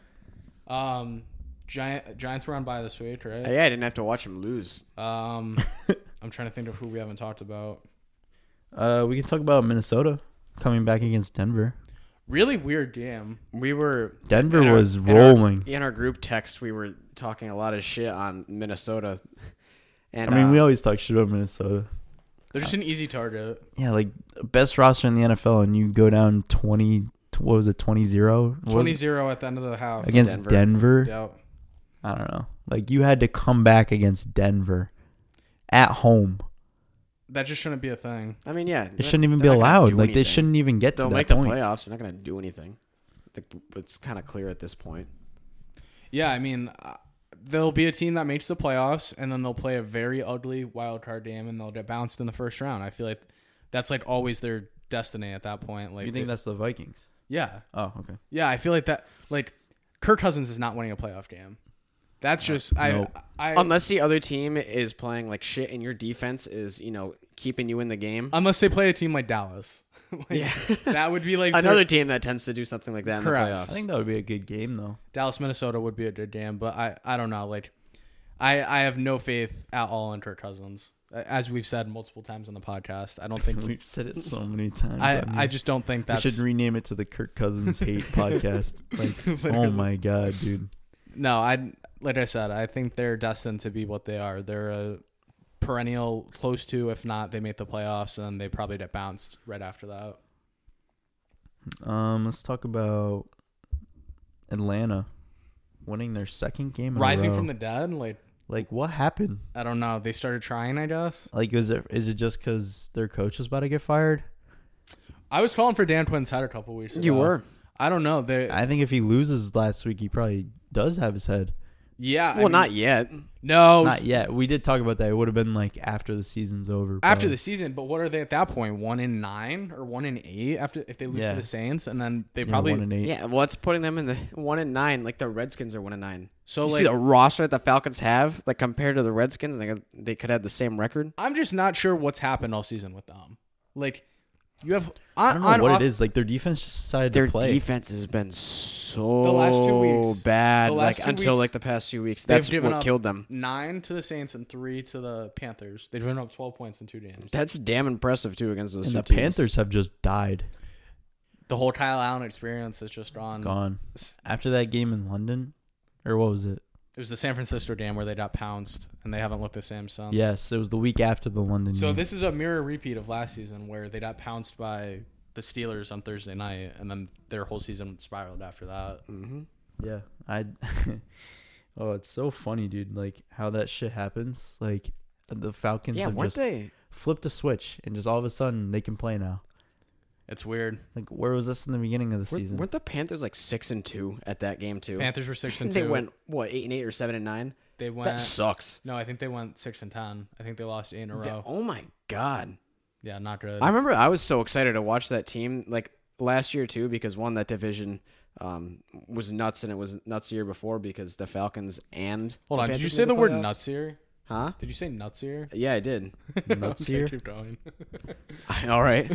Speaker 2: Um, Giant Giants were on by this week, right?
Speaker 3: Uh, yeah, I didn't have to watch them lose.
Speaker 1: *laughs*
Speaker 2: Um, I'm trying to think of who we haven't talked about.
Speaker 1: Uh, we can talk about Minnesota coming back against Denver.
Speaker 2: Really weird game.
Speaker 3: We were
Speaker 1: Denver
Speaker 3: in our-
Speaker 1: was
Speaker 3: in our-
Speaker 1: rolling.
Speaker 3: in our group text. We were talking a lot of shit on Minnesota, *laughs* and
Speaker 1: I mean,
Speaker 3: uh,
Speaker 1: we always talk shit about Minnesota.
Speaker 2: They're just an easy target.
Speaker 1: Yeah, like best roster in the NFL, and you go down twenty. What was it? 20-0? What was
Speaker 2: 20
Speaker 1: it?
Speaker 2: 0 at the end of the half.
Speaker 1: against
Speaker 3: Denver.
Speaker 1: Denver.
Speaker 2: Yeah.
Speaker 1: I don't know. Like you had to come back against Denver at home.
Speaker 2: That just shouldn't be a thing.
Speaker 3: I mean, yeah,
Speaker 1: It shouldn't even be allowed. Like they shouldn't even get to
Speaker 3: They'll
Speaker 1: that
Speaker 3: make the
Speaker 1: point.
Speaker 3: playoffs. They're not going to do anything. I think It's kind of clear at this point.
Speaker 2: Yeah, I mean, uh, there'll be a team that makes the playoffs, and then they'll play a very ugly wild card game, and they'll get bounced in the first round. I feel like that's like always their destiny at that point. Like,
Speaker 1: you think that's the Vikings?
Speaker 2: yeah,
Speaker 1: Oh, okay.
Speaker 2: yeah. I feel like that. Like, Kirk Cousins is not winning a playoff game. That's just
Speaker 1: Nope.
Speaker 2: I. I
Speaker 3: Unless the other team is playing like shit, and your defense is you know keeping you in the game.
Speaker 2: unless they play a team like Dallas, *laughs* Like, that would be like their-
Speaker 3: Another team that tends to do something like that in
Speaker 2: Correct.
Speaker 1: I
Speaker 3: the playoffs.
Speaker 1: think that would be a good game though. *laughs*
Speaker 2: Dallas, Minnesota would be a good game, but I, I don't know. Like, I, I have no faith at all in Kirk Cousins, as we've said multiple times on the podcast. I don't
Speaker 3: *laughs*
Speaker 2: think
Speaker 1: We've said it so many times.
Speaker 2: I,
Speaker 1: mean,
Speaker 2: I just don't think
Speaker 1: we
Speaker 2: that's
Speaker 1: should rename it to the Kirk Cousins *laughs* Hate Podcast. *laughs* Like, oh my god, dude.
Speaker 2: no. I like I said, I think they're destined to be what they are. They're a perennial close to, if not, they make the playoffs, and then they probably get bounced right after that.
Speaker 1: Um, let's talk about Atlanta winning their second game. In
Speaker 2: Rising
Speaker 1: a row.
Speaker 2: from the dead, like
Speaker 1: like, what happened?
Speaker 2: I don't know. They started trying, I guess.
Speaker 1: Like, is it is it just because their coach was about to get fired?
Speaker 2: I was calling for Dan Quinn's head a couple weeks ago.
Speaker 3: You were.
Speaker 2: I don't know. They,
Speaker 1: I think if he loses last week, he probably does have his head.
Speaker 2: yeah.
Speaker 3: well, not yet.
Speaker 2: no.
Speaker 1: Not yet. We did talk about that. It would have been like after the season's over.
Speaker 2: after
Speaker 1: probably.
Speaker 2: the season. But what are they at that point? One in nine or one in eight after if they lose
Speaker 1: Yeah.
Speaker 2: to the Saints, and then they
Speaker 1: Yeah,
Speaker 2: probably
Speaker 1: one and eight.
Speaker 3: Yeah, well, it's putting them in the one and nine. Like the Redskins are one and nine.
Speaker 2: so
Speaker 3: you
Speaker 2: like
Speaker 3: see the roster that the Falcons have, like compared to the Redskins, they could- they could have the same record.
Speaker 2: I'm just not sure what's happened all season with them. Like you have
Speaker 1: I
Speaker 2: on,
Speaker 1: don't
Speaker 2: on
Speaker 1: know what
Speaker 2: off-
Speaker 1: it is. Like their defense just decided
Speaker 3: Their
Speaker 1: to play.
Speaker 3: defense has been so
Speaker 2: last two weeks.
Speaker 3: bad,
Speaker 2: The last
Speaker 3: like
Speaker 2: two
Speaker 3: until
Speaker 2: weeks,
Speaker 3: like the past few weeks.
Speaker 2: they've
Speaker 3: That's
Speaker 2: given
Speaker 3: what
Speaker 2: up
Speaker 3: killed them.
Speaker 2: Nine to the Saints and three to the Panthers. They've given up 12 points in two games.
Speaker 3: That's damn impressive too against those
Speaker 1: and
Speaker 3: two
Speaker 1: the
Speaker 3: teams.
Speaker 1: Panthers have just died,
Speaker 2: The whole Kyle Allen experience is just
Speaker 3: Mm.
Speaker 2: gone.
Speaker 1: gone. After that game in London, or what was it?
Speaker 2: It was the San Francisco game where they got pounced, and they haven't looked the same since.
Speaker 1: Yes, it was the week after the London.
Speaker 2: So
Speaker 1: game.
Speaker 2: this is a mirror repeat of last season where they got pounced by the Steelers on Thursday night, and then their whole season spiraled after that.
Speaker 1: Yeah, I. *laughs* oh, it's so funny, dude. Like how that shit happens. Like the Falcons
Speaker 3: Yeah,
Speaker 1: have
Speaker 3: weren't
Speaker 1: just
Speaker 3: they?
Speaker 1: flipped a switch, and just all of a sudden they can play now.
Speaker 2: It's weird.
Speaker 1: Like where was this in the beginning of the
Speaker 3: Weren't,
Speaker 1: season?
Speaker 3: weren't the Panthers like six and two at that game too?
Speaker 2: Panthers were six and
Speaker 3: *laughs* they
Speaker 2: two.
Speaker 3: went what eight and eight or seven and nine.
Speaker 2: They went.
Speaker 3: That sucks.
Speaker 2: no, I think they went six and ten. I think they lost eight in a
Speaker 3: That-
Speaker 2: row.
Speaker 3: oh my god.
Speaker 2: Yeah, not good.
Speaker 3: I remember I was so excited to watch that team like last year too because one that division um, was nuts and it was nuts the year before because the Falcons and
Speaker 2: Hold
Speaker 3: the
Speaker 2: on. Did you
Speaker 3: Panthers
Speaker 2: say
Speaker 3: made
Speaker 2: the word
Speaker 3: playoffs.
Speaker 2: nuts here?
Speaker 3: Huh?
Speaker 2: Did you say nutsier?
Speaker 3: Yeah, I did. *laughs*
Speaker 1: Nutsier?
Speaker 2: Keep going.
Speaker 3: All right.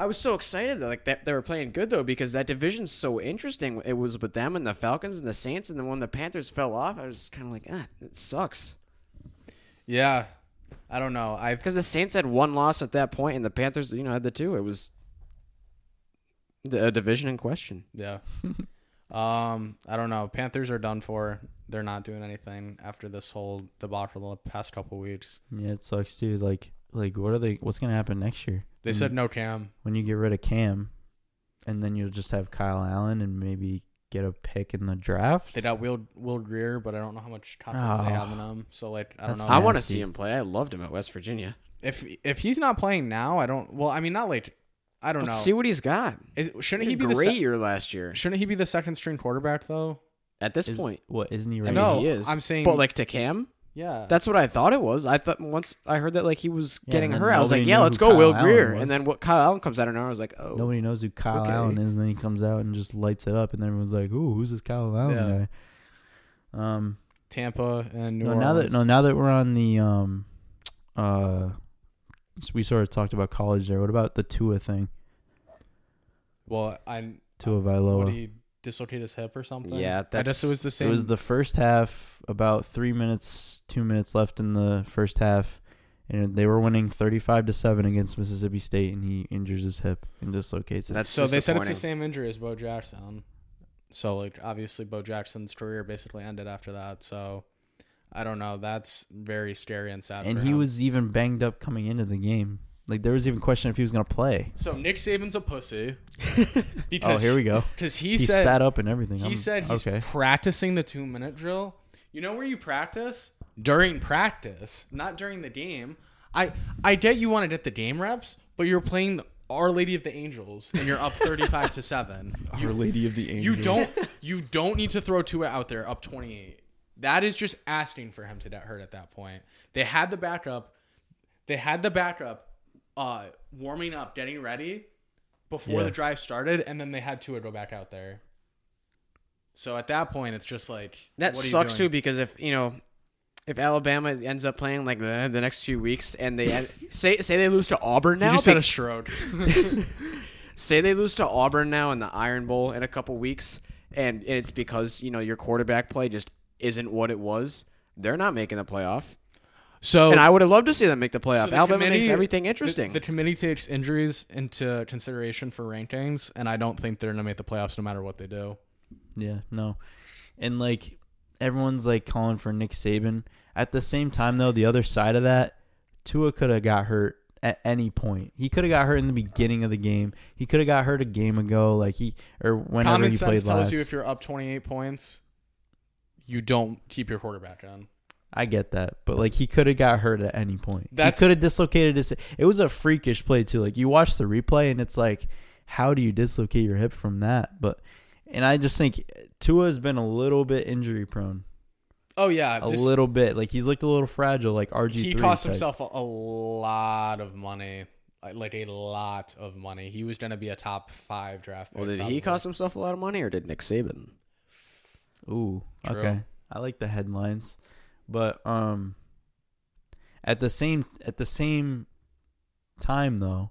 Speaker 3: I was so excited though, like that they were playing good though, because that division's so interesting. It was with them and the Falcons and the Saints, and then when the Panthers fell off, I was kind of like, ah, it sucks.
Speaker 2: *laughs* yeah, I don't know. I
Speaker 3: Because the Saints had one loss at that point, and the Panthers, you know, had the two. It was the a division in question. *laughs*
Speaker 2: yeah. um, I don't know. Panthers are done for. They're not doing anything after this whole debacle the past couple weeks.
Speaker 1: Yeah, it sucks, dude. Like, like what are they? What's gonna happen next year?
Speaker 2: They
Speaker 3: Mm.
Speaker 2: said no Cam.
Speaker 1: when you get rid of Cam, and then you'll just have Kyle Allen and maybe get a pick in the draft.
Speaker 2: They got Will Will Greer, but I don't know how much confidence
Speaker 1: Oh.
Speaker 2: they have in him. So like, I don't
Speaker 1: That's-
Speaker 2: know.
Speaker 3: I want to
Speaker 1: nasty.
Speaker 3: see him play. I loved him at West Virginia.
Speaker 2: if if he's not playing now, I don't. Well, I mean, not like I don't
Speaker 3: Let's
Speaker 2: know.
Speaker 3: see what he's got.
Speaker 2: Is,
Speaker 3: He
Speaker 2: shouldn't
Speaker 3: had
Speaker 2: he
Speaker 3: a
Speaker 2: be the
Speaker 3: great
Speaker 2: se-
Speaker 3: year last year.
Speaker 2: shouldn't he be the second string quarterback though?
Speaker 3: At this
Speaker 1: Is-
Speaker 3: point,
Speaker 1: What isn't he
Speaker 3: I
Speaker 1: right?
Speaker 3: mean,
Speaker 2: No,
Speaker 3: he is.
Speaker 2: I'm saying-
Speaker 3: but like to Cam,
Speaker 2: Yeah,
Speaker 3: That's what I thought it was. I thought once I heard that like he was
Speaker 1: Yeah,
Speaker 3: getting
Speaker 1: and then
Speaker 3: hurt, I was
Speaker 1: nobody
Speaker 3: like, "Yeah,
Speaker 1: knew
Speaker 3: let's
Speaker 1: who
Speaker 3: go,
Speaker 1: Kyle
Speaker 3: Will
Speaker 1: Allen
Speaker 3: Greer."
Speaker 1: was.
Speaker 3: And then what Kyle Allen comes out of nowhere, I was like, "Oh,
Speaker 1: Nobody knows who Kyle
Speaker 3: Okay.
Speaker 1: Allen is, and then he comes out and just lights it up, and everyone's like, "Ooh, who's this Kyle Allen
Speaker 2: Yeah.
Speaker 1: guy?" Um,
Speaker 2: Tampa and New
Speaker 1: no,
Speaker 2: Orleans.
Speaker 1: now that no, now that we're on the um, uh, so we sort of talked about college there. What about the Tua thing?
Speaker 2: well, I
Speaker 1: Tua
Speaker 2: what
Speaker 1: Vailoa.
Speaker 2: did he dislocate his hip or something?
Speaker 3: Yeah,
Speaker 2: I guess
Speaker 3: that's-
Speaker 2: it was the same.
Speaker 1: It was the first half, about three minutes, two minutes left in the first half, and they were winning thirty-five to seven against Mississippi State, and he injures his hip and dislocates it.
Speaker 3: that's
Speaker 2: so they said it's the
Speaker 3: disappointing.
Speaker 2: same injury as Bo Jackson. So like obviously Bo Jackson's career basically ended after that. So I don't know. That's very scary and sad.
Speaker 1: and
Speaker 2: for
Speaker 1: he
Speaker 2: him.
Speaker 1: was even banged up coming into the game. Like there was even question if he was gonna play.
Speaker 2: so Nick Saban's a pussy
Speaker 1: *laughs* Oh,
Speaker 2: because
Speaker 1: here we
Speaker 2: *laughs*
Speaker 1: go.
Speaker 2: because
Speaker 1: He,
Speaker 2: he, said
Speaker 1: sat up and everything.
Speaker 2: he
Speaker 1: I'm-
Speaker 2: said he's
Speaker 1: okay.
Speaker 2: practicing the two minute drill. You know where you practice during practice, not during the game. I I get you want to get the game reps, but you're playing Our Lady of the Angels and you're up thirty five
Speaker 1: *laughs*
Speaker 2: to seven. You,
Speaker 1: Lady of the
Speaker 2: you don't you don't need to throw Tua out there up twenty eight. That is just asking for him to get hurt at that point. They had the backup. They had the backup uh, warming up, getting ready before
Speaker 1: Yeah.
Speaker 2: the drive started, and then they had Tua go back out there. So at that point, it's just like
Speaker 3: That
Speaker 2: what are you
Speaker 3: sucks too
Speaker 2: doing?
Speaker 3: because if you know if Alabama ends up playing like the, the next few weeks and they end, say say they lose to Auburn
Speaker 2: You
Speaker 3: now,
Speaker 2: just had
Speaker 3: be-
Speaker 2: a
Speaker 3: *laughs*
Speaker 2: stroke. *laughs*
Speaker 3: say they lose to Auburn now in the Iron Bowl in a couple weeks, and, and it's because you know your quarterback play just isn't what it was. They're not making the playoff,
Speaker 2: so
Speaker 3: and I would have loved to see them make the playoff.
Speaker 2: so the
Speaker 3: Alabama makes
Speaker 2: committee-
Speaker 3: everything
Speaker 2: the-
Speaker 3: interesting.
Speaker 2: The, committee takes injuries into consideration for rankings, and I don't think they're gonna make the playoffs no matter what they do.
Speaker 1: Yeah, no. And like everyone's like calling for Nick Saban. At the same time though, the other side of that, Tua could have got hurt at any point. He could have got hurt in the beginning of the game. He could have got hurt a game ago, like he or whenever
Speaker 2: Common
Speaker 1: he
Speaker 2: sense
Speaker 1: played
Speaker 2: tells
Speaker 1: last.
Speaker 2: you if you're up twenty eight points, you don't keep your quarterback on.
Speaker 1: I get that, but like he could have got hurt at any point.
Speaker 2: That's-
Speaker 1: he could have dislocated his. It was a freakish play too. Like you watch the replay, and it's like, how do you dislocate your hip from that? But, and I just think Tua has been a little bit injury prone,
Speaker 2: Oh yeah,
Speaker 1: a
Speaker 2: this-
Speaker 1: little bit. Like he's looked a little fragile, like RG.
Speaker 2: he cost himself a, a lot of money, like a lot of money. He was gonna be a top five draft.
Speaker 3: well,
Speaker 2: pick,
Speaker 3: did
Speaker 2: probably.
Speaker 3: he cost himself a lot of money, or did Nick Saban?
Speaker 1: Ooh,
Speaker 2: True.
Speaker 1: okay. I like the headlines, but um, at the same at the same time though,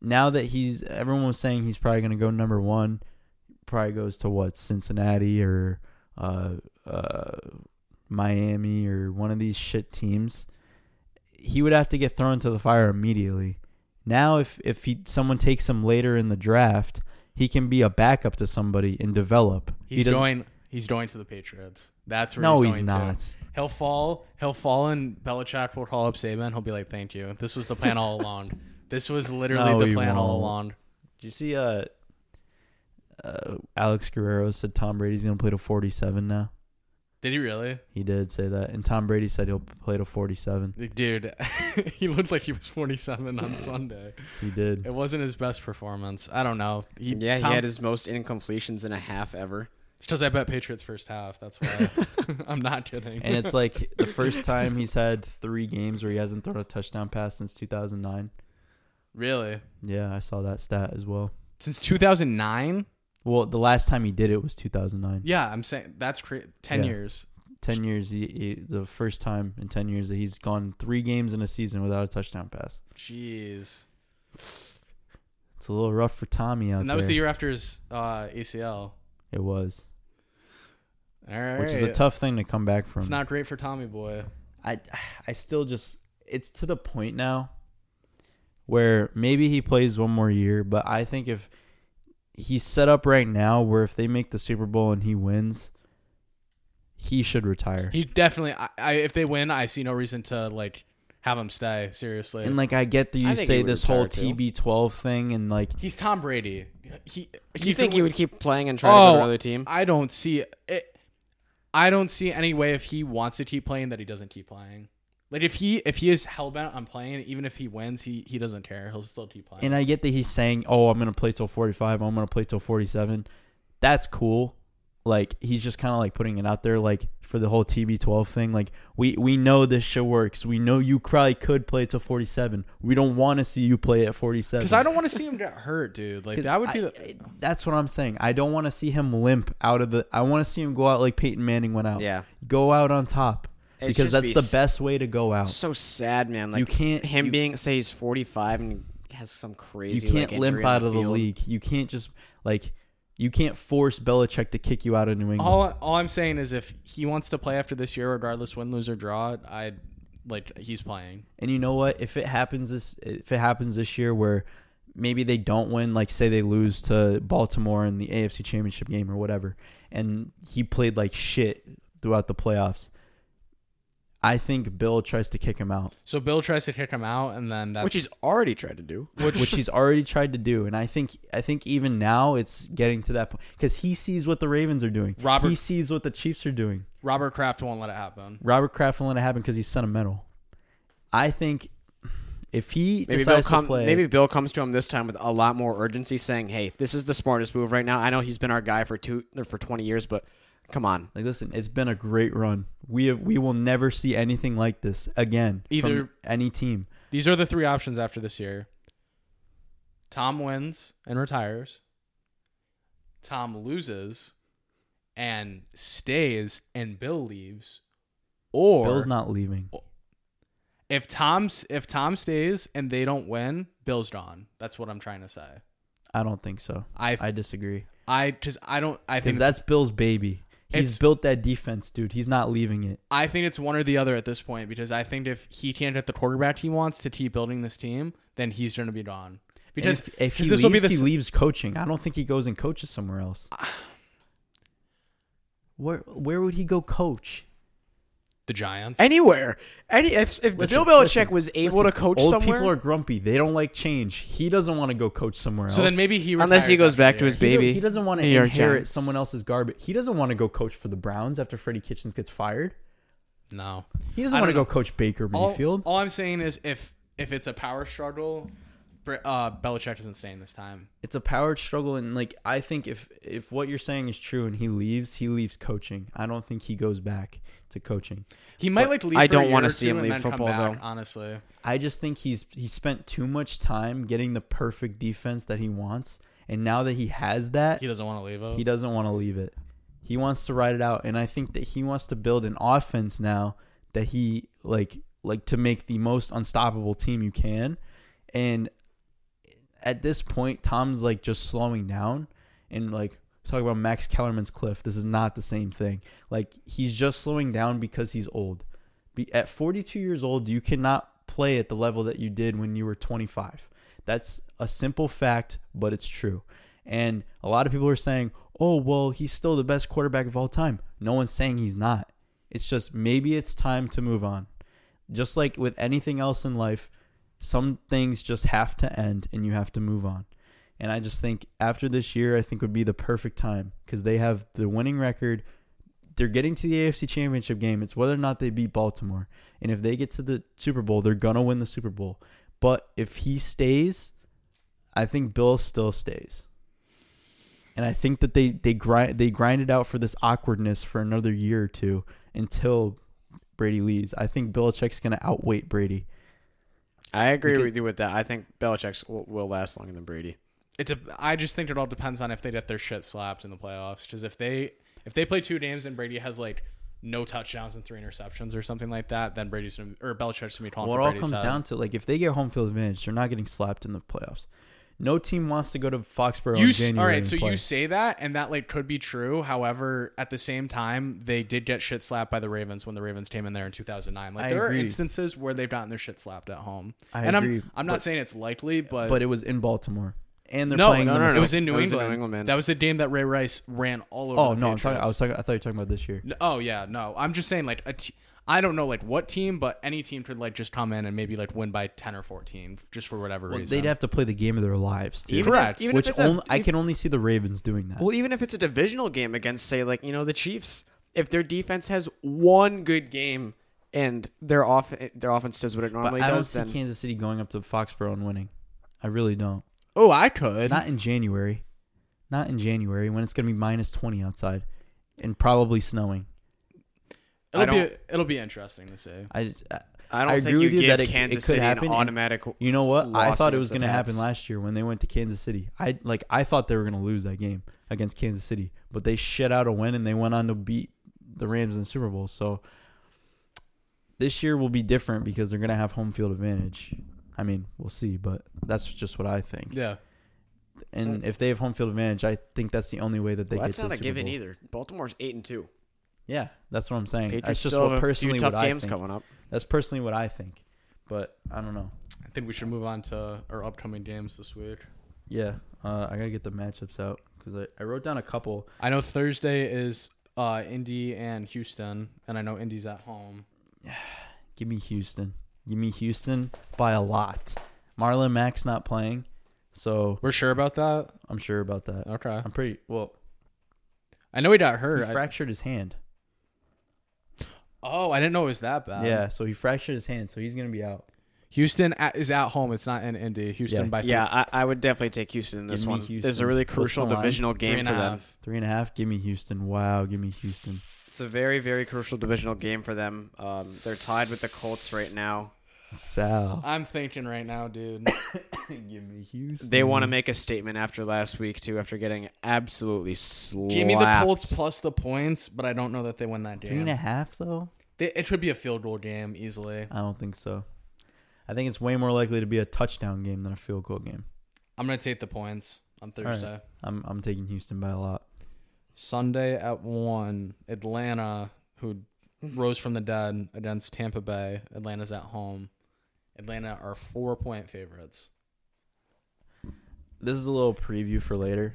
Speaker 1: now that he's everyone was saying he's probably gonna go number one, probably goes to what Cincinnati or uh uh Miami or one of these shit teams. He would have to get thrown to the fire immediately. Now, if if he someone takes him later in the draft, he can be a backup to somebody and develop. He
Speaker 2: He's
Speaker 1: doesn't-
Speaker 2: going. He's going to the Patriots. That's where
Speaker 1: No,
Speaker 2: he's,
Speaker 1: he's
Speaker 2: going
Speaker 1: not.
Speaker 2: To. He'll fall. He'll fall, and Belichick will call up Saban. He'll be like, "Thank you. This was the plan all *laughs* along. This was literally
Speaker 1: No,
Speaker 2: the
Speaker 1: he
Speaker 2: plan all
Speaker 1: won't.
Speaker 2: along."
Speaker 1: Do you see uh, uh Alex Guerrero said Tom Brady's gonna play to forty seven now?
Speaker 2: Did he really,
Speaker 1: He did say that. And Tom Brady said he'll play to forty seven.
Speaker 2: dude? *laughs* he looked like he was 47 on Sunday.
Speaker 1: He did.
Speaker 2: *laughs* It wasn't his best performance. I don't know. He,
Speaker 3: Yeah,
Speaker 2: Tom-
Speaker 3: he had his most incompletions in a half ever.
Speaker 2: It's because I bet Patriots first half. That's why *laughs* I'm not kidding.
Speaker 1: And it's like the first time he's had three games where he hasn't thrown a touchdown pass since two thousand nine.
Speaker 2: really
Speaker 1: Yeah, I saw that stat as well.
Speaker 2: since 2009.
Speaker 1: Well, the last time he did it was two thousand nine.
Speaker 2: Yeah, I'm saying that's cra- ten
Speaker 1: Yeah.
Speaker 2: years.
Speaker 1: ten years, he, he, the first time in ten years that he's gone three games in a season without a touchdown pass.
Speaker 2: Jeez.
Speaker 1: It's a little rough for Tommy out
Speaker 2: And that was
Speaker 1: there.
Speaker 2: the year after his uh, ACL.
Speaker 1: it was,
Speaker 2: All right.
Speaker 1: which is a tough thing to come back from.
Speaker 2: It's not great for Tommy Boy.
Speaker 1: I I still just it's to the point now where maybe he plays one more year, but I think if he's set up right now where if they make the Super Bowl and he wins, he should retire.
Speaker 2: He definitely. I, I if they win, I see no reason to like have him stay. Seriously.
Speaker 1: and like I get that
Speaker 3: I
Speaker 1: you
Speaker 3: think
Speaker 1: say
Speaker 3: he would
Speaker 1: this whole
Speaker 3: retire, too.
Speaker 1: TB12 thing and like
Speaker 2: he's Tom Brady. He.
Speaker 3: Do you think he would keep playing and try to
Speaker 2: Oh,
Speaker 3: get another team?
Speaker 2: I don't see it. I don't see any way if he wants to keep playing that he doesn't keep playing. Like if he if he is hell bent on playing, even if he wins, he he doesn't care. He'll still keep playing.
Speaker 1: and I get that he's saying, "Oh, I'm going to play till 45, I'm going to play till 47." That's cool. Like he's just kind of like putting it out there like for the whole TB12 thing. Like we we know this shit works. We know you probably could play till 47. We don't want to see you play at 47.
Speaker 2: Because I don't want to see him get hurt, dude. Like
Speaker 1: 'Cause
Speaker 2: that would be.
Speaker 1: I-
Speaker 2: the,
Speaker 1: I- that's what I'm saying. I don't want to see him limp out of the I want to see him go out like Peyton Manning went out.
Speaker 3: Yeah.
Speaker 1: Go out on top.
Speaker 3: It
Speaker 1: because
Speaker 3: should
Speaker 1: that's
Speaker 3: be
Speaker 1: the
Speaker 3: s-
Speaker 1: best way to go out.
Speaker 3: so sad, man. Like
Speaker 1: You can't-
Speaker 3: him
Speaker 1: you-
Speaker 3: being say he's 45 and has some crazy.
Speaker 1: you can't
Speaker 3: like,
Speaker 1: limp
Speaker 3: injury on
Speaker 1: out of the
Speaker 3: field.
Speaker 1: league. You can't just like you can't force Belichick to kick you out of New England.
Speaker 2: all all I'm saying is if he wants to play after this year, regardless win, lose or draw, I like he's playing.
Speaker 1: and you know what? If it happens this if it happens this year where maybe they don't win, like say they lose to Baltimore in the AFC Championship game or whatever, and he played like shit throughout the playoffs. I think Bill tries to kick him out,
Speaker 2: So Bill tries to kick him out, and then that's
Speaker 3: which he's already tried to do.
Speaker 1: which he's already tried to do, and I think I think even now it's getting to that point because he sees what the Ravens are doing.
Speaker 2: Robert-
Speaker 1: he sees what the Chiefs are doing.
Speaker 2: Robert Kraft won't let it happen.
Speaker 1: Robert Kraft will let it happen because he's sentimental. I think if he
Speaker 3: Maybe Bill,
Speaker 1: decides
Speaker 3: come,
Speaker 1: to play,
Speaker 3: maybe Bill comes to him this time with a lot more urgency, saying, "Hey, this is the smartest move right now. I know he's been our guy for two or for 20 years, but come on,
Speaker 1: like listen, it's been a great run. We have, we will never see anything like this again. from
Speaker 2: Either-
Speaker 1: any team,
Speaker 2: These are the three options after this year. Tom wins and retires. Tom loses and stays and Bill leaves. Or
Speaker 1: Bill's not leaving.
Speaker 2: if Tom's if Tom stays and they don't win, Bill's gone. That's what I'm trying to say.
Speaker 1: I don't think so.
Speaker 2: I
Speaker 1: I disagree
Speaker 2: I just I don't I think
Speaker 1: because
Speaker 2: that's
Speaker 1: that's Bill's baby.
Speaker 2: It's-
Speaker 1: He's built that defense, dude. He's not leaving it.
Speaker 2: I think it's one or the other at this point because I think if he can't get the quarterback he wants to keep building this team, then he's going to be gone.
Speaker 1: And
Speaker 2: Because
Speaker 1: if, if he leaves,
Speaker 2: because this will be the
Speaker 1: he
Speaker 2: s-
Speaker 1: leaves coaching. I don't think he goes and coaches somewhere
Speaker 2: *sighs*
Speaker 1: else. Where where would he go coach?
Speaker 2: the Giants.
Speaker 3: anywhere, any if, if
Speaker 1: Listen,
Speaker 3: Bill Belichick
Speaker 1: listen,
Speaker 3: was able
Speaker 1: listen,
Speaker 3: to coach
Speaker 1: old
Speaker 3: somewhere,
Speaker 1: people are grumpy. They don't like change. He doesn't want to go coach somewhere else.
Speaker 2: so then maybe he retires
Speaker 3: unless he goes
Speaker 2: after the
Speaker 3: back to
Speaker 2: year.
Speaker 3: his
Speaker 1: He don't-
Speaker 3: baby,
Speaker 1: He, doesn't want to
Speaker 3: New York
Speaker 1: inherit
Speaker 3: Giants.
Speaker 1: someone else's garbage. He doesn't want to go coach for the Browns after Freddie Kitchens gets fired.
Speaker 2: No.
Speaker 1: He doesn't
Speaker 2: I
Speaker 1: want to
Speaker 2: don't
Speaker 1: go coach Baker
Speaker 2: All,
Speaker 1: Mayfield.
Speaker 2: all I'm saying is if if it's a power struggle, Br- uh, Belichick isn't staying this time.
Speaker 1: it's a power struggle, and like I think if if what you're saying is true, and he leaves, he leaves coaching. I don't think he goes back to coaching.
Speaker 2: He might like leave.
Speaker 3: I
Speaker 2: for a
Speaker 3: don't
Speaker 2: year
Speaker 3: wanna
Speaker 2: or
Speaker 3: see
Speaker 2: two
Speaker 3: him
Speaker 2: and
Speaker 3: leave
Speaker 2: then come
Speaker 3: football,
Speaker 2: back,
Speaker 3: though.
Speaker 2: Honestly,
Speaker 1: I just think he's he spent too much time getting the perfect defense that he wants, and now that he has that,
Speaker 2: he doesn't want to leave. Him.
Speaker 1: He doesn't want to leave it. He wants to ride it out, and I think that he wants to build an offense now that he like like to make the most unstoppable team you can. And at this point, Tom's like just slowing down and like talk about Max Kellerman's cliff. This is not the same thing. Like he's just slowing down because he's old. Be, at 42 years old, you cannot play at the level that you did when you were 25. That's a simple fact, but it's true. And a lot of people are saying, "Oh, well, he's still the best quarterback of all time." No one's saying he's not. It's just maybe it's time to move on. Just like with anything else in life, some things just have to end and you have to move on. And I just think after this year, I think would be the perfect time because they have the winning record. They're getting to the AFC Championship game. It's whether or not they beat Baltimore. And if they get to the Super Bowl, they're going to win the Super Bowl. But if he stays, I think Bill still stays. And I think that they, they grind they grind it out for this awkwardness for another year or two until Brady leaves. I think Belichick's going to outweight Brady.
Speaker 3: I agree
Speaker 1: Because-
Speaker 3: with you with that. I think Belichick will, will last longer than Brady.
Speaker 2: It. De- I just think it all depends on if they get their shit slapped in the playoffs. Because if they if they play two games and Brady has like no touchdowns and three interceptions or something like that, then Brady's gonna, or Belichick's gonna be calling
Speaker 1: Well,
Speaker 2: for
Speaker 1: it all
Speaker 2: Brady
Speaker 1: comes
Speaker 2: said.
Speaker 1: down to like if they get home field advantage, they're not getting slapped in the playoffs. No team wants to go to Foxborough.
Speaker 2: You
Speaker 1: in
Speaker 2: s-
Speaker 1: January
Speaker 2: all right?
Speaker 1: and
Speaker 2: So
Speaker 1: play.
Speaker 2: you say that, and that like could be true. However, at the same time, they did get shit slapped by the Ravens when the Ravens came in there in 2009. Like
Speaker 1: I
Speaker 2: there
Speaker 1: agree.
Speaker 2: are instances where they've gotten their shit slapped at home.
Speaker 1: I
Speaker 2: and
Speaker 1: agree,
Speaker 2: I'm I'm not saying it's likely, but,
Speaker 1: but it was in Baltimore, and they're
Speaker 2: no,
Speaker 1: playing.
Speaker 2: no,
Speaker 1: them
Speaker 2: no,
Speaker 1: in
Speaker 2: no,
Speaker 1: Sep-
Speaker 2: it was in New
Speaker 3: It was in
Speaker 2: England.
Speaker 3: New England, man.
Speaker 2: That was the game that Ray Rice ran all over.
Speaker 1: Oh
Speaker 2: the
Speaker 1: no, I'm talking, I
Speaker 2: Patriots.
Speaker 1: was talking. I thought you were talking about this year.
Speaker 2: Oh yeah, no. I'm just saying like a t- I don't know like what team, but any team could like just come in and maybe like win by 10 or 14 just for whatever reason.
Speaker 1: They'd have to play the game of their lives, too.
Speaker 3: Even if-
Speaker 2: Correct.
Speaker 3: even if
Speaker 1: which
Speaker 3: it's a-
Speaker 1: only I can only see the Ravens doing that.
Speaker 3: Well, even if it's a divisional game against, say, like you know, the Chiefs, if their defense has one good game and their off their offense does what it
Speaker 1: But
Speaker 3: normally
Speaker 1: I don't
Speaker 3: does,
Speaker 1: see
Speaker 3: then
Speaker 1: Kansas City going up to Foxborough and winning. I really don't.
Speaker 2: oh, I could.
Speaker 1: Not in January. Not in January when it's going to be minus 20 outside and probably snowing.
Speaker 2: it'll
Speaker 3: I
Speaker 2: be it'll be interesting to see.
Speaker 1: I just- I,
Speaker 3: I don't
Speaker 1: agree
Speaker 3: think you
Speaker 1: with you
Speaker 3: give
Speaker 1: that it,
Speaker 3: Kansas
Speaker 1: it could
Speaker 3: City
Speaker 1: happen.
Speaker 3: an
Speaker 1: and
Speaker 3: automatic.
Speaker 1: you know what? I
Speaker 3: loss
Speaker 1: thought it
Speaker 3: against
Speaker 1: was
Speaker 3: the
Speaker 1: going to happen
Speaker 3: Pats.
Speaker 1: last year when they went to Kansas City. I like I thought they were going to lose that game against Kansas City, but they shit out a win and they went on to beat the Rams in the Super Bowl. So this year will be different because they're going to have home field advantage. I mean, we'll see, but that's just what I think.
Speaker 2: Yeah.
Speaker 1: And if they have home field advantage, I think that's the only way that they
Speaker 3: Well,
Speaker 1: get
Speaker 3: that's
Speaker 1: to the
Speaker 3: not a
Speaker 1: Super
Speaker 3: given
Speaker 1: Bowl.
Speaker 3: either. Baltimore's eight and two.
Speaker 1: Yeah, that's what I'm saying.
Speaker 3: Patriots
Speaker 1: that's just
Speaker 3: still have
Speaker 1: what
Speaker 3: a few
Speaker 1: personally
Speaker 3: tough
Speaker 1: what I
Speaker 3: games
Speaker 1: think.
Speaker 3: coming up.
Speaker 1: That's personally what I think. But I don't know.
Speaker 2: I think we should move on to our upcoming games this week.
Speaker 1: Yeah, uh, I gotta get the matchups out because I, I wrote down a couple.
Speaker 2: I know Thursday is uh Indy and Houston, and I know Indy's at home.
Speaker 1: Give me Houston. Give me Houston by a lot. Marlon Mack's not playing, so
Speaker 2: We're sure about that?
Speaker 1: I'm sure about that.
Speaker 2: Okay.
Speaker 1: I'm pretty well.
Speaker 2: I know Um, he got
Speaker 1: He
Speaker 2: hurt. I-
Speaker 1: fractured his hand.
Speaker 2: oh, I didn't know it was that bad.
Speaker 1: yeah, so he fractured his hand, so he's gonna be out.
Speaker 2: Houston at, is at home. It's not in Indy. Houston
Speaker 1: Yeah.
Speaker 2: by three,
Speaker 3: Yeah, I, I would definitely take Houston in this
Speaker 1: Give me
Speaker 3: one. This is
Speaker 1: Houston.
Speaker 3: a really
Speaker 1: What's the
Speaker 3: crucial
Speaker 1: line?
Speaker 3: divisional game
Speaker 2: three and
Speaker 3: for
Speaker 2: a
Speaker 3: them.
Speaker 2: half.
Speaker 1: Three and a half. Give me Houston. Wow. Give me Houston.
Speaker 3: It's a very, very crucial divisional game for them. Um, they're tied with the Colts right now.
Speaker 1: Sal.
Speaker 2: I'm thinking right now, *coughs* dude.
Speaker 1: *laughs* give me Houston.
Speaker 3: They want to make a statement after last week too, after getting absolutely slapped.
Speaker 2: Give me the Colts plus the points, but I don't know that they win that
Speaker 1: three
Speaker 2: game.
Speaker 1: and a half though.
Speaker 2: They- it could be a field goal game easily.
Speaker 1: I don't think so. I think it's way more likely to be a touchdown game than a field goal game.
Speaker 2: I'm gonna take the points on
Speaker 1: All right.
Speaker 2: Thursday.
Speaker 1: I'm I'm taking Houston by a lot.
Speaker 2: Sunday at one, Atlanta, who rose from the dead against Tampa Bay. Atlanta's at home. Atlanta are four point favorites.
Speaker 1: This is a little preview for later,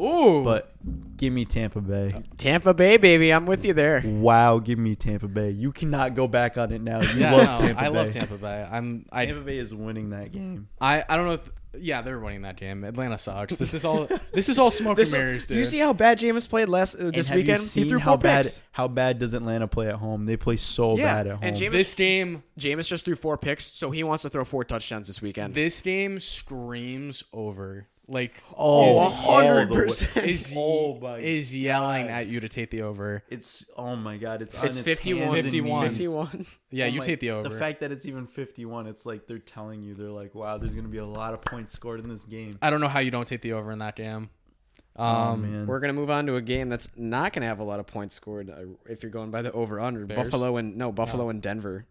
Speaker 2: Ooh,
Speaker 1: but give me Tampa Bay.
Speaker 3: Tampa Bay, baby. I'm with you there.
Speaker 1: Wow, give me Tampa Bay. You cannot go back on it now. You
Speaker 2: yeah,
Speaker 1: love
Speaker 2: no,
Speaker 1: Tampa
Speaker 2: I
Speaker 1: Bay.
Speaker 2: love Tampa Bay. I'm I,
Speaker 1: Tampa Bay is winning that game.
Speaker 2: I I don't know. If, yeah, they're winning that game. Atlanta sucks. This is all this is all smoke and mirrors, dude.
Speaker 3: You see how bad James played last uh,
Speaker 1: And
Speaker 3: this
Speaker 1: have you
Speaker 3: weekend?
Speaker 1: seen
Speaker 3: he threw
Speaker 1: how
Speaker 3: four
Speaker 1: bad
Speaker 3: picks.
Speaker 1: how bad does Atlanta play at home? They play so
Speaker 3: Yeah,
Speaker 1: bad at home.
Speaker 3: and Jameis-
Speaker 2: this game
Speaker 3: Jameis just threw four picks, so he wants to throw four touchdowns this weekend.
Speaker 2: this game screams over. Like
Speaker 1: oh,
Speaker 2: is-
Speaker 1: all the way.
Speaker 3: 100%.
Speaker 2: is,
Speaker 1: Oh my
Speaker 2: is yelling at you to take the over.
Speaker 1: It's oh my god, it's on
Speaker 3: It's
Speaker 1: its
Speaker 3: 51.
Speaker 1: hands and
Speaker 2: 51.
Speaker 1: knees.
Speaker 3: 51.
Speaker 2: Yeah,
Speaker 1: Oh
Speaker 2: you
Speaker 1: my-
Speaker 2: take the over.
Speaker 1: The fact that it's even 51, it's like they're telling you, they're like, wow, there's going to be a lot of points scored in this game.
Speaker 2: I don't know how you don't take the over in that game. Um,
Speaker 1: Oh, man.
Speaker 3: *laughs* We're gonna move on to a game that's not gonna have a lot of points scored uh, if you're going by the over under.
Speaker 2: Bears?
Speaker 3: Buffalo and no Buffalo and Denver.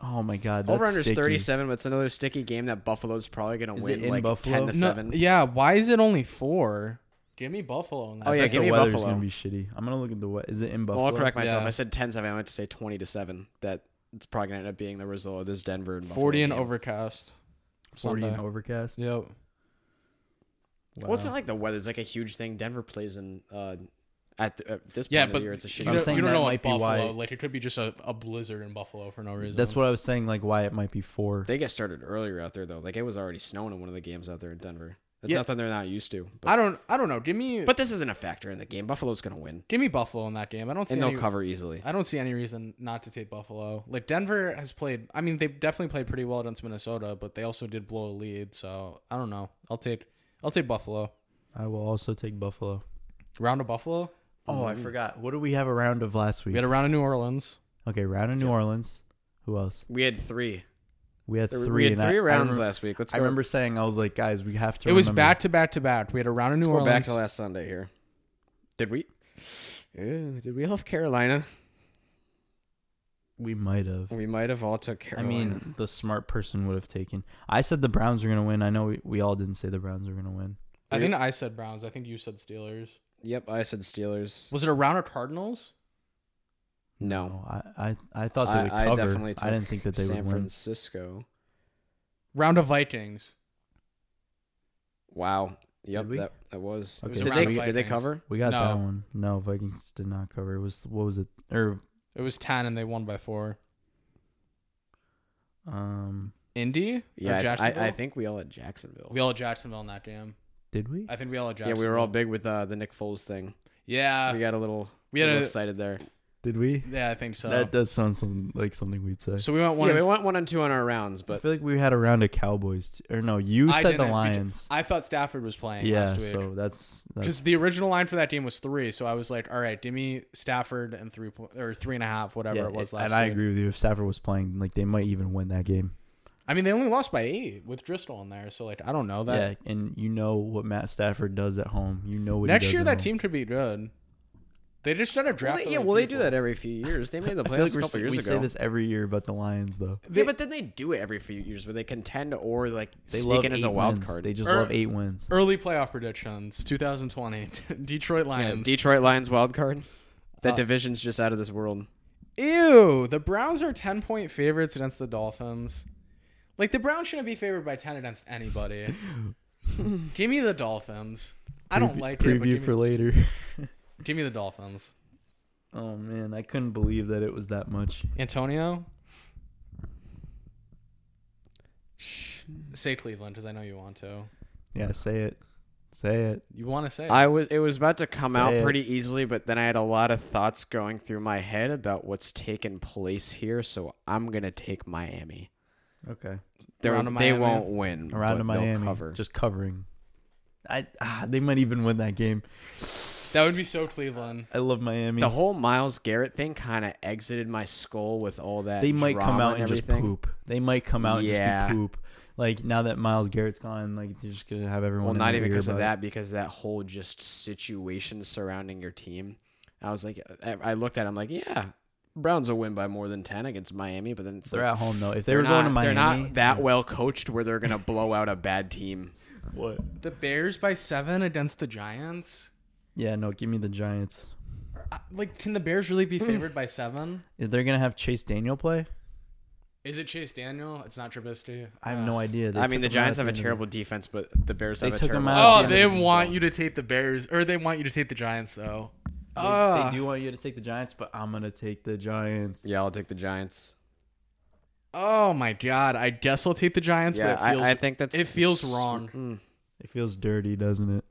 Speaker 1: Oh my god, that's
Speaker 3: Over under is
Speaker 1: sticky.
Speaker 3: 37, but it's another sticky game that Buffalo's probably gonna
Speaker 1: Is it
Speaker 3: win
Speaker 1: in
Speaker 3: like
Speaker 1: Buffalo?
Speaker 3: 10 to
Speaker 2: No,
Speaker 3: seven.
Speaker 2: yeah, why is it only four? Give me Buffalo. On that.
Speaker 3: Oh,
Speaker 1: I
Speaker 3: yeah,
Speaker 1: think
Speaker 3: give
Speaker 1: the
Speaker 3: me
Speaker 1: weather's
Speaker 3: Buffalo.
Speaker 1: gonna be shitty. I'm gonna look at the what is it in Buffalo?
Speaker 3: Well, I'll correct myself.
Speaker 2: Yeah.
Speaker 3: I said 10 7. I meant to say 20 to 7. That it's probably going to end up being the result of this Denver and Buffalo
Speaker 2: forty and
Speaker 3: game.
Speaker 2: overcast.
Speaker 1: 40 and
Speaker 2: Sunday.
Speaker 1: overcast.
Speaker 2: Yep.
Speaker 1: Wow.
Speaker 3: Well, it's not like the weather's like a huge thing. Denver plays in uh, at, the, at this point
Speaker 2: Yeah,
Speaker 3: of
Speaker 2: but
Speaker 3: the year. It's a
Speaker 2: you
Speaker 3: shitty.
Speaker 1: I'm
Speaker 2: don't,
Speaker 1: saying
Speaker 2: you don't
Speaker 1: that
Speaker 2: know
Speaker 1: might
Speaker 2: like
Speaker 1: be
Speaker 2: Buffalo.
Speaker 1: why-
Speaker 2: Like it could be just a, a blizzard in Buffalo for no reason.
Speaker 1: That's what I was saying, like why it might be four.
Speaker 3: They get started earlier out there though. Like it was already snowing in one of the games out there in Denver. That's
Speaker 2: Yeah.
Speaker 3: nothing they're not used to. But,
Speaker 2: I don't. I don't know. Give me.
Speaker 3: but this isn't a factor in the game. Buffalo's going to win,
Speaker 2: give me Buffalo in that game. I don't see
Speaker 3: and they'll
Speaker 2: any.
Speaker 3: cover easily.
Speaker 2: I don't see any reason not to take Buffalo. Like Denver has played. I mean, they definitely played pretty well against Minnesota, but they also did blow a lead. So I don't know. I'll take. I'll take Buffalo.
Speaker 1: I will also take Buffalo.
Speaker 2: Round of Buffalo.
Speaker 1: Oh, I forgot. What do we have a round of last
Speaker 2: We
Speaker 1: week?
Speaker 2: had a round of New Orleans.
Speaker 1: okay, round of New Orleans. Who else?
Speaker 3: We had three.
Speaker 1: We had
Speaker 3: There-
Speaker 1: three.
Speaker 3: we had
Speaker 1: and
Speaker 3: three
Speaker 1: I,
Speaker 3: rounds
Speaker 1: I remember,
Speaker 3: last week. Let's
Speaker 1: I
Speaker 3: go-
Speaker 1: remember saying I was like, guys, we have to.
Speaker 2: It was
Speaker 1: remember.
Speaker 2: back to back to back. We had a round of New
Speaker 3: Let's go
Speaker 2: Orleans.
Speaker 3: back to last Sunday here. Did we? Yeah, did we have Carolina?
Speaker 1: We might have.
Speaker 3: We might have all took
Speaker 1: I
Speaker 3: Carolina.
Speaker 1: mean, the smart person would have taken. I said the Browns were going to win. I know we, we all didn't say the Browns were going to win.
Speaker 2: I think I said Browns. I think you said Steelers.
Speaker 3: yep, I said Steelers.
Speaker 2: Was it around or Cardinals?
Speaker 3: No,
Speaker 1: Oh, I, I, I thought they
Speaker 3: I-
Speaker 1: would
Speaker 3: I
Speaker 1: cover. I,
Speaker 3: definitely took
Speaker 1: didn't think that they
Speaker 3: San
Speaker 1: would win.
Speaker 3: Francisco.
Speaker 2: Round of Vikings.
Speaker 3: Wow. Yep,
Speaker 1: Did we?
Speaker 3: that, that was.
Speaker 1: Okay,
Speaker 3: did,
Speaker 1: so
Speaker 3: they,
Speaker 1: we-
Speaker 3: did they
Speaker 2: Vikings.
Speaker 3: cover?
Speaker 1: We got that
Speaker 2: No.
Speaker 1: one. No, Vikings did not cover. It was what was it? Or
Speaker 2: It was ten and they won by four.
Speaker 1: um,
Speaker 2: Indy?
Speaker 3: Yeah,
Speaker 2: or
Speaker 3: I-
Speaker 2: Jacksonville?
Speaker 3: I, I think we all had Jacksonville.
Speaker 2: we all had Jacksonville in that game.
Speaker 1: did we?
Speaker 2: I think we all had
Speaker 3: yeah,
Speaker 2: Jacksonville.
Speaker 3: we were all big with uh, the Nick Foles thing.
Speaker 2: Yeah.
Speaker 3: Uh, we got a little,
Speaker 2: we had
Speaker 3: little
Speaker 2: a-
Speaker 3: excited there.
Speaker 1: Did we?
Speaker 2: yeah, I think so.
Speaker 1: That does sound some, like something we'd say.
Speaker 2: so we went one
Speaker 3: yeah,
Speaker 2: and
Speaker 3: we went one and two on our rounds,
Speaker 1: I
Speaker 3: but
Speaker 1: feel like we had a round of Cowboys. t- or no, you
Speaker 2: I
Speaker 1: said the
Speaker 2: didn't. We ju-
Speaker 1: Lions.
Speaker 2: I thought Stafford was playing
Speaker 1: Yeah,
Speaker 2: last week.
Speaker 1: so that's, that's
Speaker 2: because the original line for that game was three, so I was like, "All right, give me Stafford and three po- or three and a half, whatever
Speaker 1: yeah,
Speaker 2: it was
Speaker 1: it-
Speaker 2: last."
Speaker 1: And I
Speaker 2: week.
Speaker 1: agree with you. If Stafford was playing, like they might even win that game.
Speaker 2: I mean, they only lost by eight with Driscoll in there, so like, I don't know that.
Speaker 1: yeah, and you know what Matt Stafford does at home. You know what he
Speaker 2: Next
Speaker 1: does
Speaker 2: year,
Speaker 1: at
Speaker 2: that
Speaker 1: home.
Speaker 2: team could be good. They just should have
Speaker 3: Well,
Speaker 2: drafted.
Speaker 3: they- yeah, well, they do that every few years. They made the
Speaker 1: *laughs* I feel like
Speaker 3: playoffs a
Speaker 1: we're,
Speaker 3: couple
Speaker 1: se-
Speaker 3: years
Speaker 1: we
Speaker 3: ago.
Speaker 1: say this every year about the Lions, though.
Speaker 3: yeah, but then they do it every few years where they contend or like
Speaker 1: They
Speaker 3: sneak
Speaker 1: love
Speaker 3: in as
Speaker 1: eight
Speaker 3: a wild
Speaker 1: wins.
Speaker 3: card.
Speaker 1: They just
Speaker 2: Or-
Speaker 1: love eight wins.
Speaker 2: Early playoff predictions: 2020, *laughs* Detroit
Speaker 3: Yeah,
Speaker 2: Lions.
Speaker 3: Detroit Lions wild card. That
Speaker 2: Uh,
Speaker 3: division's just out of this world.
Speaker 2: Ew, the Browns are 10 point favorites against the Dolphins. Like, the Browns shouldn't be favored by 10 against anybody.
Speaker 3: *laughs*
Speaker 2: give me the Dolphins. I don't
Speaker 1: Preview-
Speaker 2: like it, but
Speaker 1: preview
Speaker 2: give,
Speaker 1: for
Speaker 2: me,
Speaker 1: later. *laughs*
Speaker 2: give me the Dolphins.
Speaker 1: oh man, I couldn't believe that it was that much.
Speaker 2: Antonio? Say Cleveland, because I know you want to.
Speaker 1: Yeah, say it, say it.
Speaker 2: You want to say it.
Speaker 3: I was it was about to come
Speaker 1: eh, Say
Speaker 3: out
Speaker 1: it.
Speaker 3: pretty easily, but then I had a lot of thoughts going through my head about what's taken place here, so I'm gonna take Miami.
Speaker 1: Okay,
Speaker 3: They're,
Speaker 2: Around to
Speaker 3: They
Speaker 2: Miami.
Speaker 3: won't win.
Speaker 1: around
Speaker 3: but
Speaker 1: to
Speaker 3: they'll
Speaker 1: Miami,
Speaker 3: cover.
Speaker 1: just covering. I ah, they might even win that game.
Speaker 2: that would be so Cleveland.
Speaker 1: I love Miami.
Speaker 3: the whole Miles Garrett thing kind of exited my skull with all that.
Speaker 1: they might come
Speaker 3: drama
Speaker 1: out and,
Speaker 3: and
Speaker 1: just
Speaker 3: everything.
Speaker 1: poop. They might come out and
Speaker 3: Yeah.
Speaker 1: just be poop. Like now that Miles Garrett's gone, like they're just gonna have everyone.
Speaker 3: Well,
Speaker 1: in
Speaker 3: not
Speaker 1: their
Speaker 3: even
Speaker 1: ear
Speaker 3: because of
Speaker 1: about it.
Speaker 3: that, because that whole just situation surrounding your team. I was like, I, I looked at, it, I'm like, yeah, Browns will win by more than ten against Miami, but then it's
Speaker 1: They're
Speaker 3: like,
Speaker 1: at home though. If they
Speaker 3: they're
Speaker 1: were
Speaker 3: not,
Speaker 1: going to Miami,
Speaker 3: they're not that well coached where they're gonna blow out a bad team.
Speaker 1: What?
Speaker 2: The Bears by seven against the Giants?
Speaker 1: Yeah, no. Give me the Giants.
Speaker 2: I- Like, can the Bears really be favored by seven?
Speaker 1: If They're gonna have Chase Daniel play.
Speaker 2: Is it Chase Daniel? It's not Trubisky.
Speaker 1: I have no idea. *laughs* They
Speaker 3: I mean,
Speaker 1: took
Speaker 3: the
Speaker 1: him out
Speaker 3: Giants
Speaker 1: at
Speaker 3: have
Speaker 1: end
Speaker 3: a
Speaker 1: of the-
Speaker 3: terrible defense, but the Bears
Speaker 1: They
Speaker 3: have a
Speaker 1: took 'em
Speaker 3: terrible.
Speaker 1: out.
Speaker 2: Oh,
Speaker 1: Yeah,
Speaker 2: they
Speaker 1: this is
Speaker 2: want you to take the Bears, or they want you to take the Giants, though.
Speaker 1: They,
Speaker 2: Ah.
Speaker 1: they do want you to take the Giants, but I'm gonna take the Giants.
Speaker 3: Yeah, I'll take the Giants.
Speaker 2: Oh my God! I guess I'll take the Giants,
Speaker 3: Yeah,
Speaker 2: but it feels
Speaker 3: I, I think that's
Speaker 2: it feels wrong.
Speaker 3: Mm.
Speaker 1: It feels dirty, doesn't it?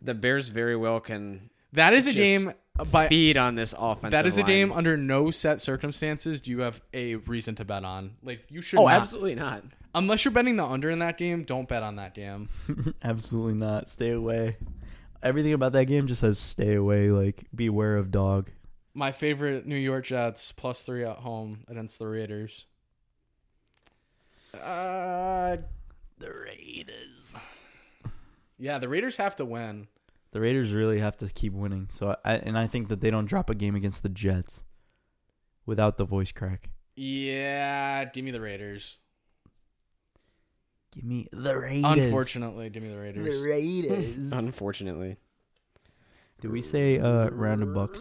Speaker 3: The Bears very well can
Speaker 2: that is a
Speaker 3: Just
Speaker 2: game by
Speaker 3: feed on this offense.
Speaker 2: that is a game under no set circumstances. Do you have a reason to bet on? Like you should.
Speaker 3: Oh,
Speaker 2: not.
Speaker 3: absolutely not.
Speaker 2: Unless you're betting the under in that game, don't bet on that game.
Speaker 1: *laughs* Absolutely not. Stay away. Everything about that game just says stay away. Like beware of dog.
Speaker 2: My favorite New York Jets plus three at home against the Raiders. Uh,
Speaker 1: The Raiders.
Speaker 2: yeah, the Raiders have to win.
Speaker 1: The Raiders really have to keep winning. So I and I think that they don't drop a game against the Jets without the voice crack.
Speaker 2: Yeah, give me the Raiders.
Speaker 1: Give me the Raiders.
Speaker 2: Unfortunately, give me the Raiders.
Speaker 1: Raiders.
Speaker 3: Unfortunately,
Speaker 1: Do we say uh, round of bucks?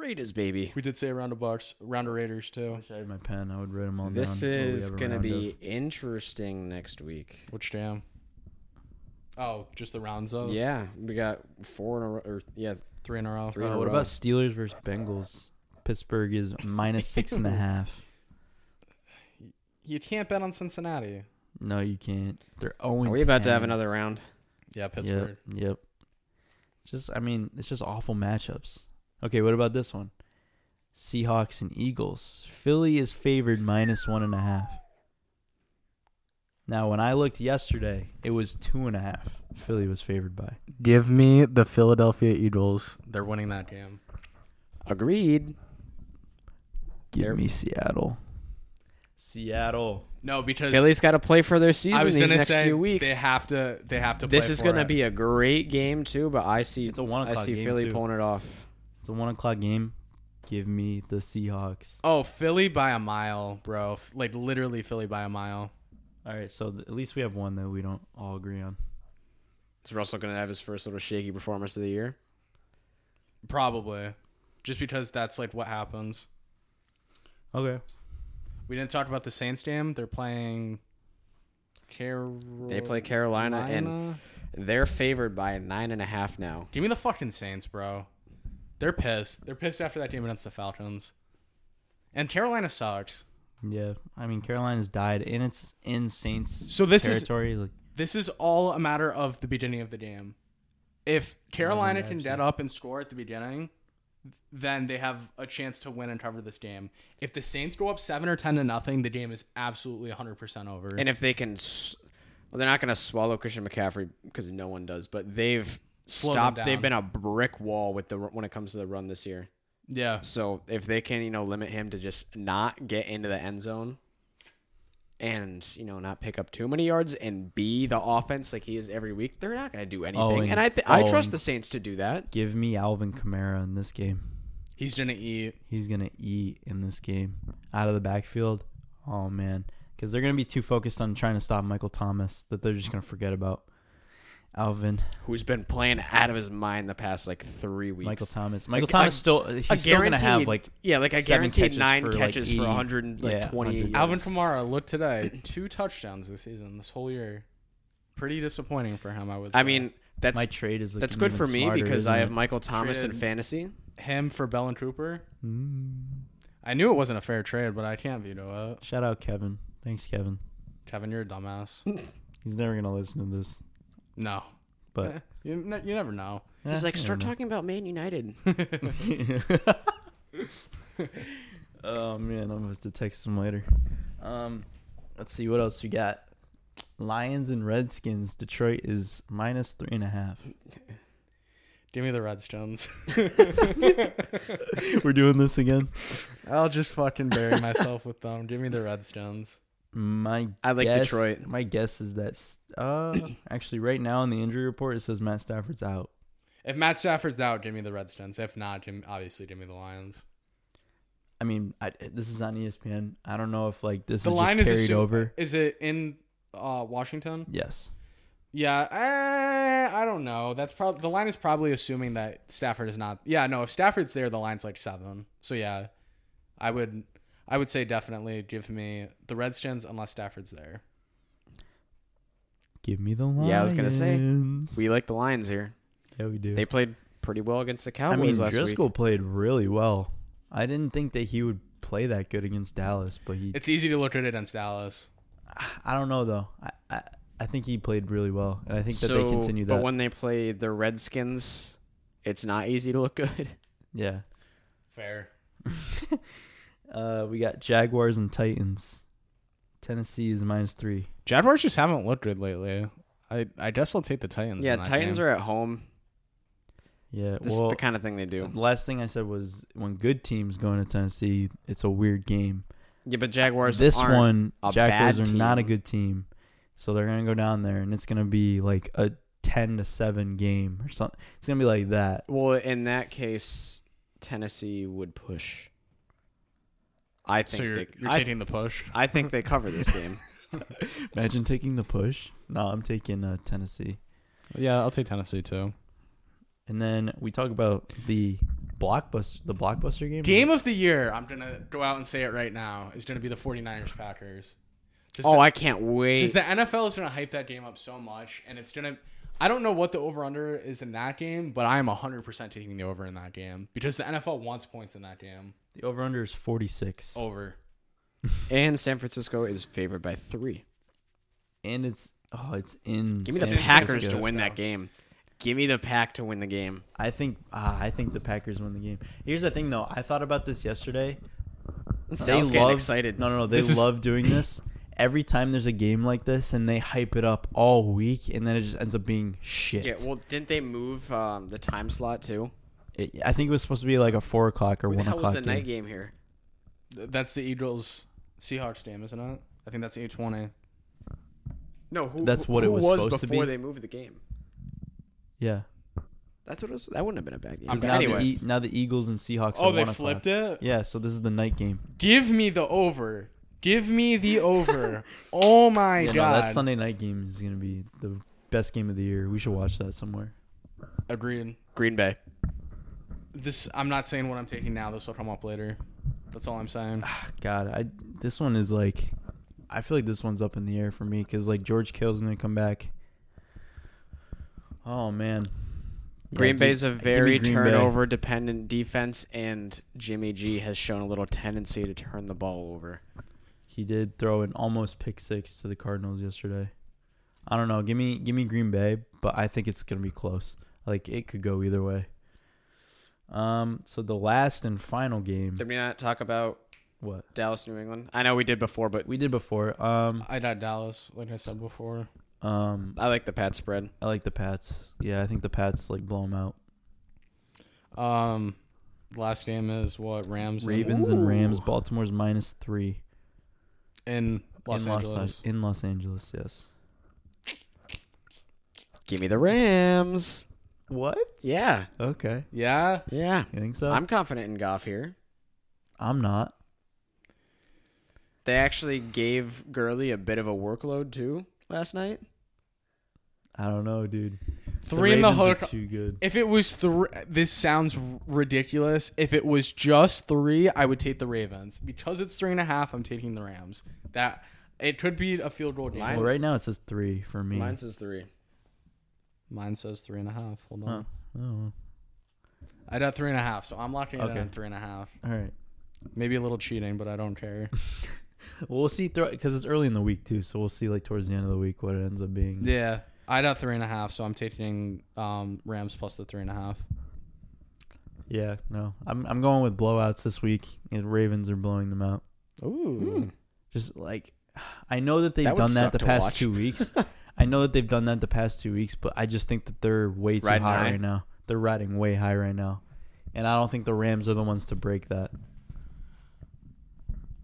Speaker 3: Raiders, baby.
Speaker 2: We did say round of Bucks, round of Raiders
Speaker 1: I
Speaker 2: too.
Speaker 1: wish I had my pen. I would write them all
Speaker 3: This
Speaker 1: down. What do we
Speaker 3: is
Speaker 1: have a
Speaker 3: gonna
Speaker 1: round
Speaker 3: be interesting next week.
Speaker 2: Which jam? Oh, just the rounds of
Speaker 3: Yeah, we got four in a row. Or, yeah,
Speaker 2: three in a row.
Speaker 1: of?
Speaker 3: three in
Speaker 1: Uh,
Speaker 3: a
Speaker 1: what
Speaker 3: row.
Speaker 1: about Steelers versus Bengals? Pittsburgh is minus six *laughs* and a half.
Speaker 2: You can't bet on Cincinnati.
Speaker 1: No, you can't. They're oh only.
Speaker 3: Are we about to have another round?
Speaker 2: Yeah, Pittsburgh.
Speaker 1: Yep. Yep. Just I mean, it's just awful matchups. Okay, what about this one? Seahawks and Eagles. Philly is favored minus one and a half. Now, when I looked yesterday, it was two and a half. Philly was favored by.
Speaker 2: Give me the Philadelphia Eagles. They're winning that game.
Speaker 3: Agreed.
Speaker 1: Give
Speaker 3: They're-
Speaker 1: me Seattle. Seattle.
Speaker 2: No, because
Speaker 3: Philly's got to play for their season
Speaker 2: I was
Speaker 3: these
Speaker 2: gonna
Speaker 3: next
Speaker 2: say
Speaker 3: few weeks.
Speaker 2: they have to. They have to.
Speaker 3: this
Speaker 2: play
Speaker 3: is
Speaker 2: for
Speaker 3: going to
Speaker 2: it.
Speaker 3: be a great game too, but I see
Speaker 1: It's a one
Speaker 3: I
Speaker 1: o'clock
Speaker 3: see
Speaker 1: game,
Speaker 3: Philly
Speaker 1: too.
Speaker 3: pulling it off.
Speaker 1: It's a one o'clock game. Give me the Seahawks.
Speaker 2: Oh, Philly by a mile, bro. F- Like literally Philly by a mile.
Speaker 1: All right, so th- at least we have one that we don't all agree on.
Speaker 3: Is Russell going to have his first little shaky performance of the year?
Speaker 2: Probably. Just because that's like what happens.
Speaker 1: Okay.
Speaker 2: We didn't talk about the Saints game. They're playing Carol
Speaker 3: They play Carolina, and they're favored by nine and a half now.
Speaker 2: Give me the fucking Saints, bro. They're pissed. They're pissed after that game against the Falcons. And Carolina sucks.
Speaker 1: Yeah, I mean Carolina's died, and it's in Saints
Speaker 2: So this is-
Speaker 1: territory. Like,
Speaker 2: This is all a matter of the beginning of the game. If Carolina can get up and score at the beginning, then they have a chance to win and cover this game. If the Saints go up 7 or 10 to nothing, the game is absolutely 100% over.
Speaker 3: And if they can, s- well, they're not going to swallow Christian McCaffrey because no one does. But they've
Speaker 2: Slow them
Speaker 3: stopped.
Speaker 2: down.
Speaker 3: They've been a brick wall with the when it comes to the run this year.
Speaker 2: yeah.
Speaker 3: So if they can, you know, limit him to just not get into the end zone and, you know, not pick up too many yards and be the offense like he is every week, they're not going to do anything.
Speaker 1: and-
Speaker 3: and, I th-
Speaker 1: oh,
Speaker 3: I trust
Speaker 1: and-
Speaker 3: the Saints to do that.
Speaker 1: give me Alvin Kamara in this game.
Speaker 2: He's going to eat.
Speaker 1: He's gonna eat in this game out of the backfield. Oh man, because they're gonna be too focused on trying to stop Michael Thomas that they're just gonna forget about Alvin.
Speaker 3: Who's been playing out of his mind the past like 3 weeks.
Speaker 1: Michael Thomas. Michael
Speaker 3: I-
Speaker 1: Thomas still he's
Speaker 3: I
Speaker 1: still gonna have
Speaker 3: guaranteed-
Speaker 1: like
Speaker 3: yeah, like I
Speaker 1: seven
Speaker 3: guaranteed
Speaker 1: catches
Speaker 3: nine
Speaker 1: for, like,
Speaker 3: catches for
Speaker 1: 80
Speaker 3: 100 like
Speaker 1: yeah,
Speaker 3: 28
Speaker 1: 100.
Speaker 3: yards.
Speaker 2: Alvin Kamara looked today. Two touchdowns this season, this whole year. Pretty disappointing for him, I would say.
Speaker 3: I mean, that's
Speaker 1: my trade is.
Speaker 3: that's
Speaker 1: looking
Speaker 3: good
Speaker 1: even
Speaker 3: for me
Speaker 1: smarter,
Speaker 3: because
Speaker 1: isn't
Speaker 3: I
Speaker 1: it?
Speaker 3: have Michael Thomas in
Speaker 2: Traded-
Speaker 3: fantasy.
Speaker 2: him for Bell and Cooper.
Speaker 1: Mm.
Speaker 2: I knew it wasn't a fair trade, but I can't veto it.
Speaker 1: Shout out Kevin. Thanks Kevin.
Speaker 2: Kevin, you're a
Speaker 3: *laughs*
Speaker 2: dumbass.
Speaker 1: He's never gonna listen to this,
Speaker 2: No. Eh,
Speaker 1: but
Speaker 2: You, ne- you never know.
Speaker 1: eh,
Speaker 3: He's like,
Speaker 1: I
Speaker 3: start
Speaker 1: don't know."
Speaker 3: talking about
Speaker 1: *laughs*
Speaker 3: Man United.
Speaker 1: *laughs* oh man, I'm about to text him later. Um, let's see what else we got. Lions and Redskins. Detroit is minus three and a half. *laughs*
Speaker 2: Give me the *laughs* Redstones.
Speaker 1: We're doing this again.
Speaker 2: I'll just fucking bury myself with them. Give me the Redstones.
Speaker 1: My
Speaker 3: I like
Speaker 1: guess-
Speaker 3: Detroit.
Speaker 1: My guess is that s- uh, actually right now in the injury report it says Matt Stafford's out.
Speaker 2: If Matt Stafford's out, give me the Redstones. If not, give me, obviously give me the Lions.
Speaker 1: I mean, I, this is on E ESPN. I don't know if like this
Speaker 2: The
Speaker 1: is
Speaker 2: line
Speaker 1: just
Speaker 2: is
Speaker 1: carried
Speaker 2: assumed-
Speaker 1: over.
Speaker 2: Is it in uh, Washington?
Speaker 1: Yes.
Speaker 2: Yeah, eh, I don't know. That's probably the line is probably assuming that Stafford is not. Yeah, no, if Stafford's there, the line's like seven. So yeah, I would I would say definitely give me the Redskins unless Stafford's there.
Speaker 1: Give me the Lions.
Speaker 3: Yeah, I was gonna say,
Speaker 1: we
Speaker 3: we like the Lions here.
Speaker 1: yeah we do.
Speaker 3: They played pretty well against the
Speaker 1: I
Speaker 3: Cowboys
Speaker 1: mean,
Speaker 3: last week.
Speaker 1: Driscoll played really well. I didn't think that he would play that good against Dallas, but he.
Speaker 2: It's easy to look at it against Dallas.
Speaker 1: I don't know though. I, I I think he played really well, and I think that they continue that.
Speaker 3: But when they play the Redskins, it's not easy to look *laughs* good. *laughs*
Speaker 1: yeah. *laughs*
Speaker 2: Fair.
Speaker 1: Uh, we got Jaguars and Titans. Tennessee is minus three.
Speaker 2: Jaguars just haven't looked good lately. I I guess I'll take the Titans.
Speaker 3: Yeah, Titans are at home.
Speaker 1: Yeah.
Speaker 3: This
Speaker 1: well,
Speaker 3: is the kind of thing they do.
Speaker 1: the last thing I said was when good teams go into Tennessee, it's a weird game.
Speaker 3: Yeah, but Jaguars.
Speaker 1: this
Speaker 3: aren't.
Speaker 1: one,
Speaker 3: a
Speaker 1: Jaguars are
Speaker 3: bad
Speaker 1: not a
Speaker 3: team.
Speaker 1: good team, so they're gonna go down there, and it's gonna be like a ten to seven game or something. It's gonna be like that.
Speaker 3: Well, in that case, Tennessee would push. I
Speaker 2: So
Speaker 3: think.
Speaker 2: you're,
Speaker 3: they,
Speaker 2: you're
Speaker 3: I,
Speaker 2: taking the push.
Speaker 3: I think they cover this game.
Speaker 1: Imagine taking the push. No, I'm taking uh, Tennessee.
Speaker 2: Yeah, I'll take Tennessee too.
Speaker 1: And then we talk about the blockbuster, the blockbuster game.
Speaker 2: Game of the year, I'm gonna go out and say it right now, is gonna be the 49ers Packers.
Speaker 3: oh, I can't wait.
Speaker 2: Because the NFL is going to hype that game up so much, and it's going to. I don't know what the over under is in that game, but I am 100% taking the over in that game because the NFL wants points in that game.
Speaker 1: The over under is 46,
Speaker 2: Over.
Speaker 3: and San Francisco is favored by three.
Speaker 1: and it's oh, it's in.
Speaker 3: Give me the
Speaker 1: San
Speaker 3: Packers to
Speaker 1: Francisco.
Speaker 3: win that game. Give me the Pack to win the game.
Speaker 1: I think ah, I think the Packers win the game. Here's the thing, though. I thought about this yesterday. They
Speaker 3: Sounds
Speaker 1: love
Speaker 3: getting excited.
Speaker 1: No, no, no. They
Speaker 2: This is-
Speaker 1: love doing this. Every time there's a game like this, and they hype it up all week, and then it just ends up being shit.
Speaker 3: Yeah, well, didn't they move um, the time slot too?
Speaker 1: It- I think it was supposed to be like a four o'clock or
Speaker 3: Who the
Speaker 1: one
Speaker 3: hell
Speaker 1: o'clock
Speaker 3: was the
Speaker 1: game.
Speaker 3: night game here?
Speaker 2: Th- That's the Eagles Seahawks game, isn't it? I think that's 820.
Speaker 3: No, who?
Speaker 1: That's
Speaker 3: who-
Speaker 1: what it
Speaker 3: who
Speaker 1: was
Speaker 3: was
Speaker 1: supposed to
Speaker 3: before
Speaker 1: be.
Speaker 3: they moved the game.
Speaker 1: Yeah,
Speaker 3: That's what it was. That wouldn't have been a bad game.
Speaker 2: I'm
Speaker 1: Because
Speaker 3: But
Speaker 1: now, the
Speaker 3: anyways,
Speaker 1: E- now the Eagles and Seahawks.
Speaker 2: Oh,
Speaker 1: are
Speaker 2: they
Speaker 1: one
Speaker 2: flipped
Speaker 1: o'clock.
Speaker 2: it.
Speaker 1: Yeah, so this is the night game.
Speaker 2: Give me the over. Give me the *laughs* over. oh my
Speaker 1: Yeah, no,
Speaker 2: god.
Speaker 1: that Sunday night game is gonna be the best game of the year. We should watch that somewhere.
Speaker 2: Agreed.
Speaker 3: Green Bay.
Speaker 2: This I'm not saying what I'm taking now. This will come up later. That's all I'm saying. *sighs*
Speaker 1: God, I this one is like, I feel like this one's up in the air for me because like George Kill's gonna come back. Oh man, Yeah,
Speaker 3: Green
Speaker 1: give-
Speaker 3: Bay's a
Speaker 1: give me
Speaker 3: very
Speaker 1: Green Bay.
Speaker 3: turnover dependent defense, and Jimmy G has shown a little tendency to turn the ball over.
Speaker 1: He did throw an almost pick six to the Cardinals yesterday. I don't know. Give me give me Green Bay, but I think it's gonna be close. Like it could go either way. Um. So the last and final game.
Speaker 3: Did we not talk about
Speaker 1: What
Speaker 3: Dallas, New England? I know we did before, but
Speaker 1: we did before. Um.
Speaker 2: I got Dallas, like I said before.
Speaker 1: Um.
Speaker 3: I like the Pat spread.
Speaker 1: I like the Pats. Yeah, I think the Pats like blow them out.
Speaker 2: Um, last game is what Rams and-
Speaker 1: Ravens and Rams. Baltimore's minus three
Speaker 2: in Los
Speaker 1: in
Speaker 2: Angeles.
Speaker 1: Los in Los Angeles. Yes.
Speaker 3: Give me the Rams.
Speaker 1: What?
Speaker 3: Yeah,
Speaker 1: Okay.
Speaker 2: yeah,
Speaker 3: yeah.
Speaker 1: You think so?
Speaker 3: I'm confident in Goff here.
Speaker 1: I'm not.
Speaker 3: They actually gave Gurley a bit of a workload too last night.
Speaker 1: I don't know, dude.
Speaker 2: three in the
Speaker 1: Ravens are
Speaker 2: hook.
Speaker 1: Too good.
Speaker 2: If it was three, this sounds r- ridiculous. If it was just three, I would take the Ravens because it's three and a half. I'm taking the Rams. That it could be a field goal game.
Speaker 1: Well,
Speaker 3: Mine-
Speaker 1: right now it says three for me.
Speaker 3: Mine says three.
Speaker 2: Mine says three and a half. Hold on,
Speaker 1: Huh. Oh,
Speaker 2: I got three and a half, so I'm locking it in
Speaker 1: Okay.
Speaker 2: at three and a half.
Speaker 1: all right.
Speaker 2: Maybe a little cheating, but I don't care.
Speaker 1: Well, we'll see because it's early in the week too, so we'll see like towards the end of the week what it ends up being.
Speaker 2: yeah, I got three and a half, so I'm taking um, Rams plus the three and a half.
Speaker 1: Yeah, no, I'm I'm going with blowouts this week. And Ravens are blowing them out.
Speaker 2: Ooh,
Speaker 1: Just like *sighs* I know that they've
Speaker 3: That would
Speaker 1: done that
Speaker 3: suck
Speaker 1: the
Speaker 3: to
Speaker 1: past
Speaker 3: watch.
Speaker 1: two weeks. I know that they've done that the past two weeks, but I just think that they're way too
Speaker 3: Riding
Speaker 1: high
Speaker 3: high?
Speaker 1: right now. They're riding way high right now, and I don't think the Rams are the ones to break that.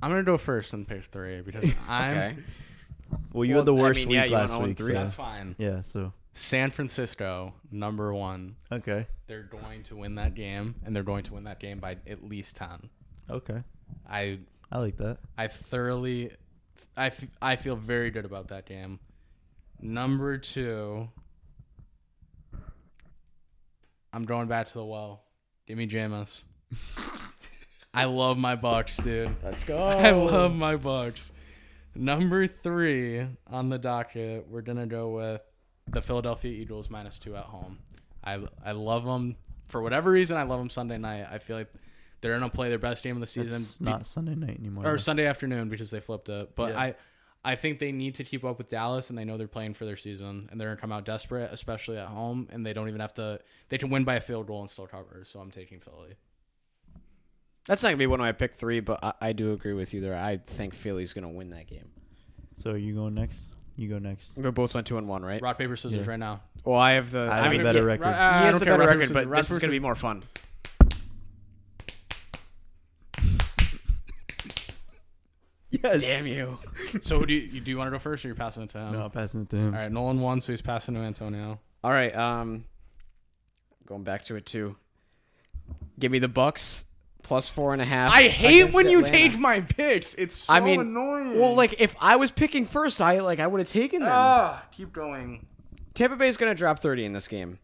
Speaker 2: I'm gonna go first and pick three because I'm.
Speaker 3: Okay.
Speaker 1: Well, you
Speaker 3: Well,
Speaker 1: had the
Speaker 3: I
Speaker 1: worst
Speaker 3: mean,
Speaker 1: week
Speaker 3: yeah, you went
Speaker 1: last week.
Speaker 3: 0-3.
Speaker 1: so-
Speaker 2: That's fine.
Speaker 1: yeah, so
Speaker 2: San Francisco, number one.
Speaker 1: okay,
Speaker 2: They're going to win that game, and they're going to win that game by at least ten.
Speaker 1: okay,
Speaker 2: I
Speaker 1: I like that.
Speaker 2: I thoroughly, I, f- I feel very good about that game. Number two, I'm going back to the well. Give me
Speaker 3: *laughs*
Speaker 2: Jameis. I love my Bucks, dude.
Speaker 3: Let's go.
Speaker 2: I love my Bucks. Number three on the docket, we're gonna go with the Philadelphia Eagles minus two at home. I I love them for whatever reason. I love them Sunday night. I feel like they're gonna play their best game of the season,
Speaker 1: It's not Sunday night anymore.
Speaker 2: or Sunday afternoon because they flipped it. But
Speaker 1: Yeah.
Speaker 2: I, I think they need to keep up with Dallas, and they know they're playing for their season, and they're gonna come out desperate, especially at home, and they don't even have to. They can win by a field goal and still cover. So I'm taking Philly.
Speaker 3: That's not gonna be one of my pick three, but I, I do agree with you there. I think Philly's gonna win that game.
Speaker 1: so are you going next? You go next.
Speaker 3: We both went two and one, right?
Speaker 2: Rock paper scissors
Speaker 1: Yeah.
Speaker 2: right now.
Speaker 3: Well, I have the.
Speaker 1: I have a
Speaker 3: mean,
Speaker 1: better
Speaker 3: yeah,
Speaker 1: record.
Speaker 2: Ro-
Speaker 3: He
Speaker 2: uh, I
Speaker 3: has
Speaker 2: don't
Speaker 3: a
Speaker 2: care,
Speaker 3: better
Speaker 2: rock, paper,
Speaker 3: record,
Speaker 2: scissors.
Speaker 3: but
Speaker 2: Rock,
Speaker 3: this is
Speaker 2: paper,
Speaker 3: gonna be more fun.
Speaker 1: Yes.
Speaker 3: you!
Speaker 2: So who do you, you do you want to go first, or you're passing it to him?
Speaker 1: No, I'm passing it to him.
Speaker 2: All right, Nolan won, so he's passing to Antonio.
Speaker 3: All right, um, going back to it too. Give me the Bucks plus four and a half.
Speaker 2: I hate
Speaker 3: against
Speaker 2: when you
Speaker 3: Atlanta.
Speaker 2: take my picks. It's so
Speaker 3: I mean,
Speaker 2: annoying.
Speaker 3: well, like if I was picking first, I like I would have taken them.
Speaker 2: ah, keep going.
Speaker 3: Tampa Bay's gonna drop thirty in this game.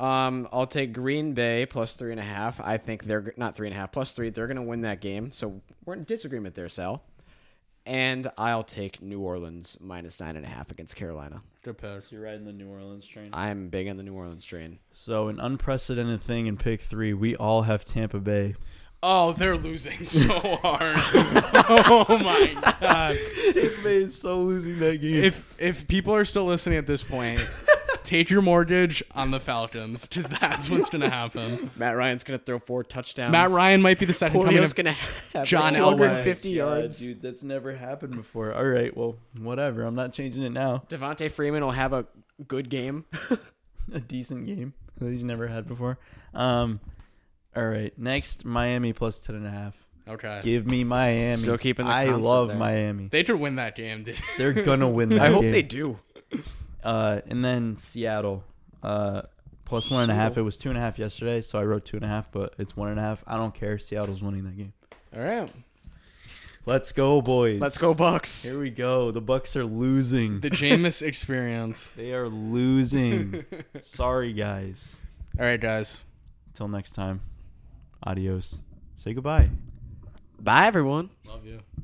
Speaker 3: Um, I'll take Green Bay plus three and a half. I think they're g- not three and a half plus three. They're gonna win that game. So we're in disagreement there, Sal. And I'll take New Orleans minus nine and a half against Carolina.
Speaker 2: Good pick.
Speaker 1: You're riding the New Orleans train.
Speaker 3: I'm big on the New Orleans train.
Speaker 1: So an unprecedented thing in pick three, we all have Tampa Bay.
Speaker 2: Oh, they're losing *laughs* so
Speaker 3: *laughs*
Speaker 2: hard. oh my god.
Speaker 1: Tampa Bay is so losing that game.
Speaker 2: If if people are still listening at this *laughs* point, take your mortgage on the Falcons because *laughs* that's what's gonna happen.
Speaker 3: Matt Ryan's gonna throw four touchdowns.
Speaker 2: Matt Ryan might be the second coming
Speaker 3: Julio's
Speaker 2: of
Speaker 3: gonna have
Speaker 2: John
Speaker 3: John
Speaker 2: Elway.
Speaker 3: 250 yards.
Speaker 1: dude, that's never happened before. All right, well, whatever. I'm not changing it now. *laughs*
Speaker 3: Devontae Freeman will have a good game.
Speaker 1: A decent game that he's never had before. Um, all right, next Miami plus ten and a half.
Speaker 2: Okay.
Speaker 1: Give me Miami.
Speaker 3: Still keeping the
Speaker 1: I
Speaker 3: concept
Speaker 1: love
Speaker 3: there. *laughs*
Speaker 1: Miami.
Speaker 2: They could win that game, dude.
Speaker 1: They're gonna win that
Speaker 3: I hope
Speaker 1: game.
Speaker 3: they do.
Speaker 1: Uh, and then Seattle, uh, plus one and a half. It was two and a half yesterday, so I wrote two and a half, but it's one and a half. I don't care. Seattle's winning that game.
Speaker 2: All right.
Speaker 1: Let's go, boys.
Speaker 3: Let's go Bucks.
Speaker 1: Here we go. The Bucks are losing.
Speaker 2: The Jameis experience.
Speaker 1: they are losing. Sorry, guys.
Speaker 2: All right, guys.
Speaker 1: Till next time. Adios. Say goodbye.
Speaker 3: Bye everyone.
Speaker 2: Love you.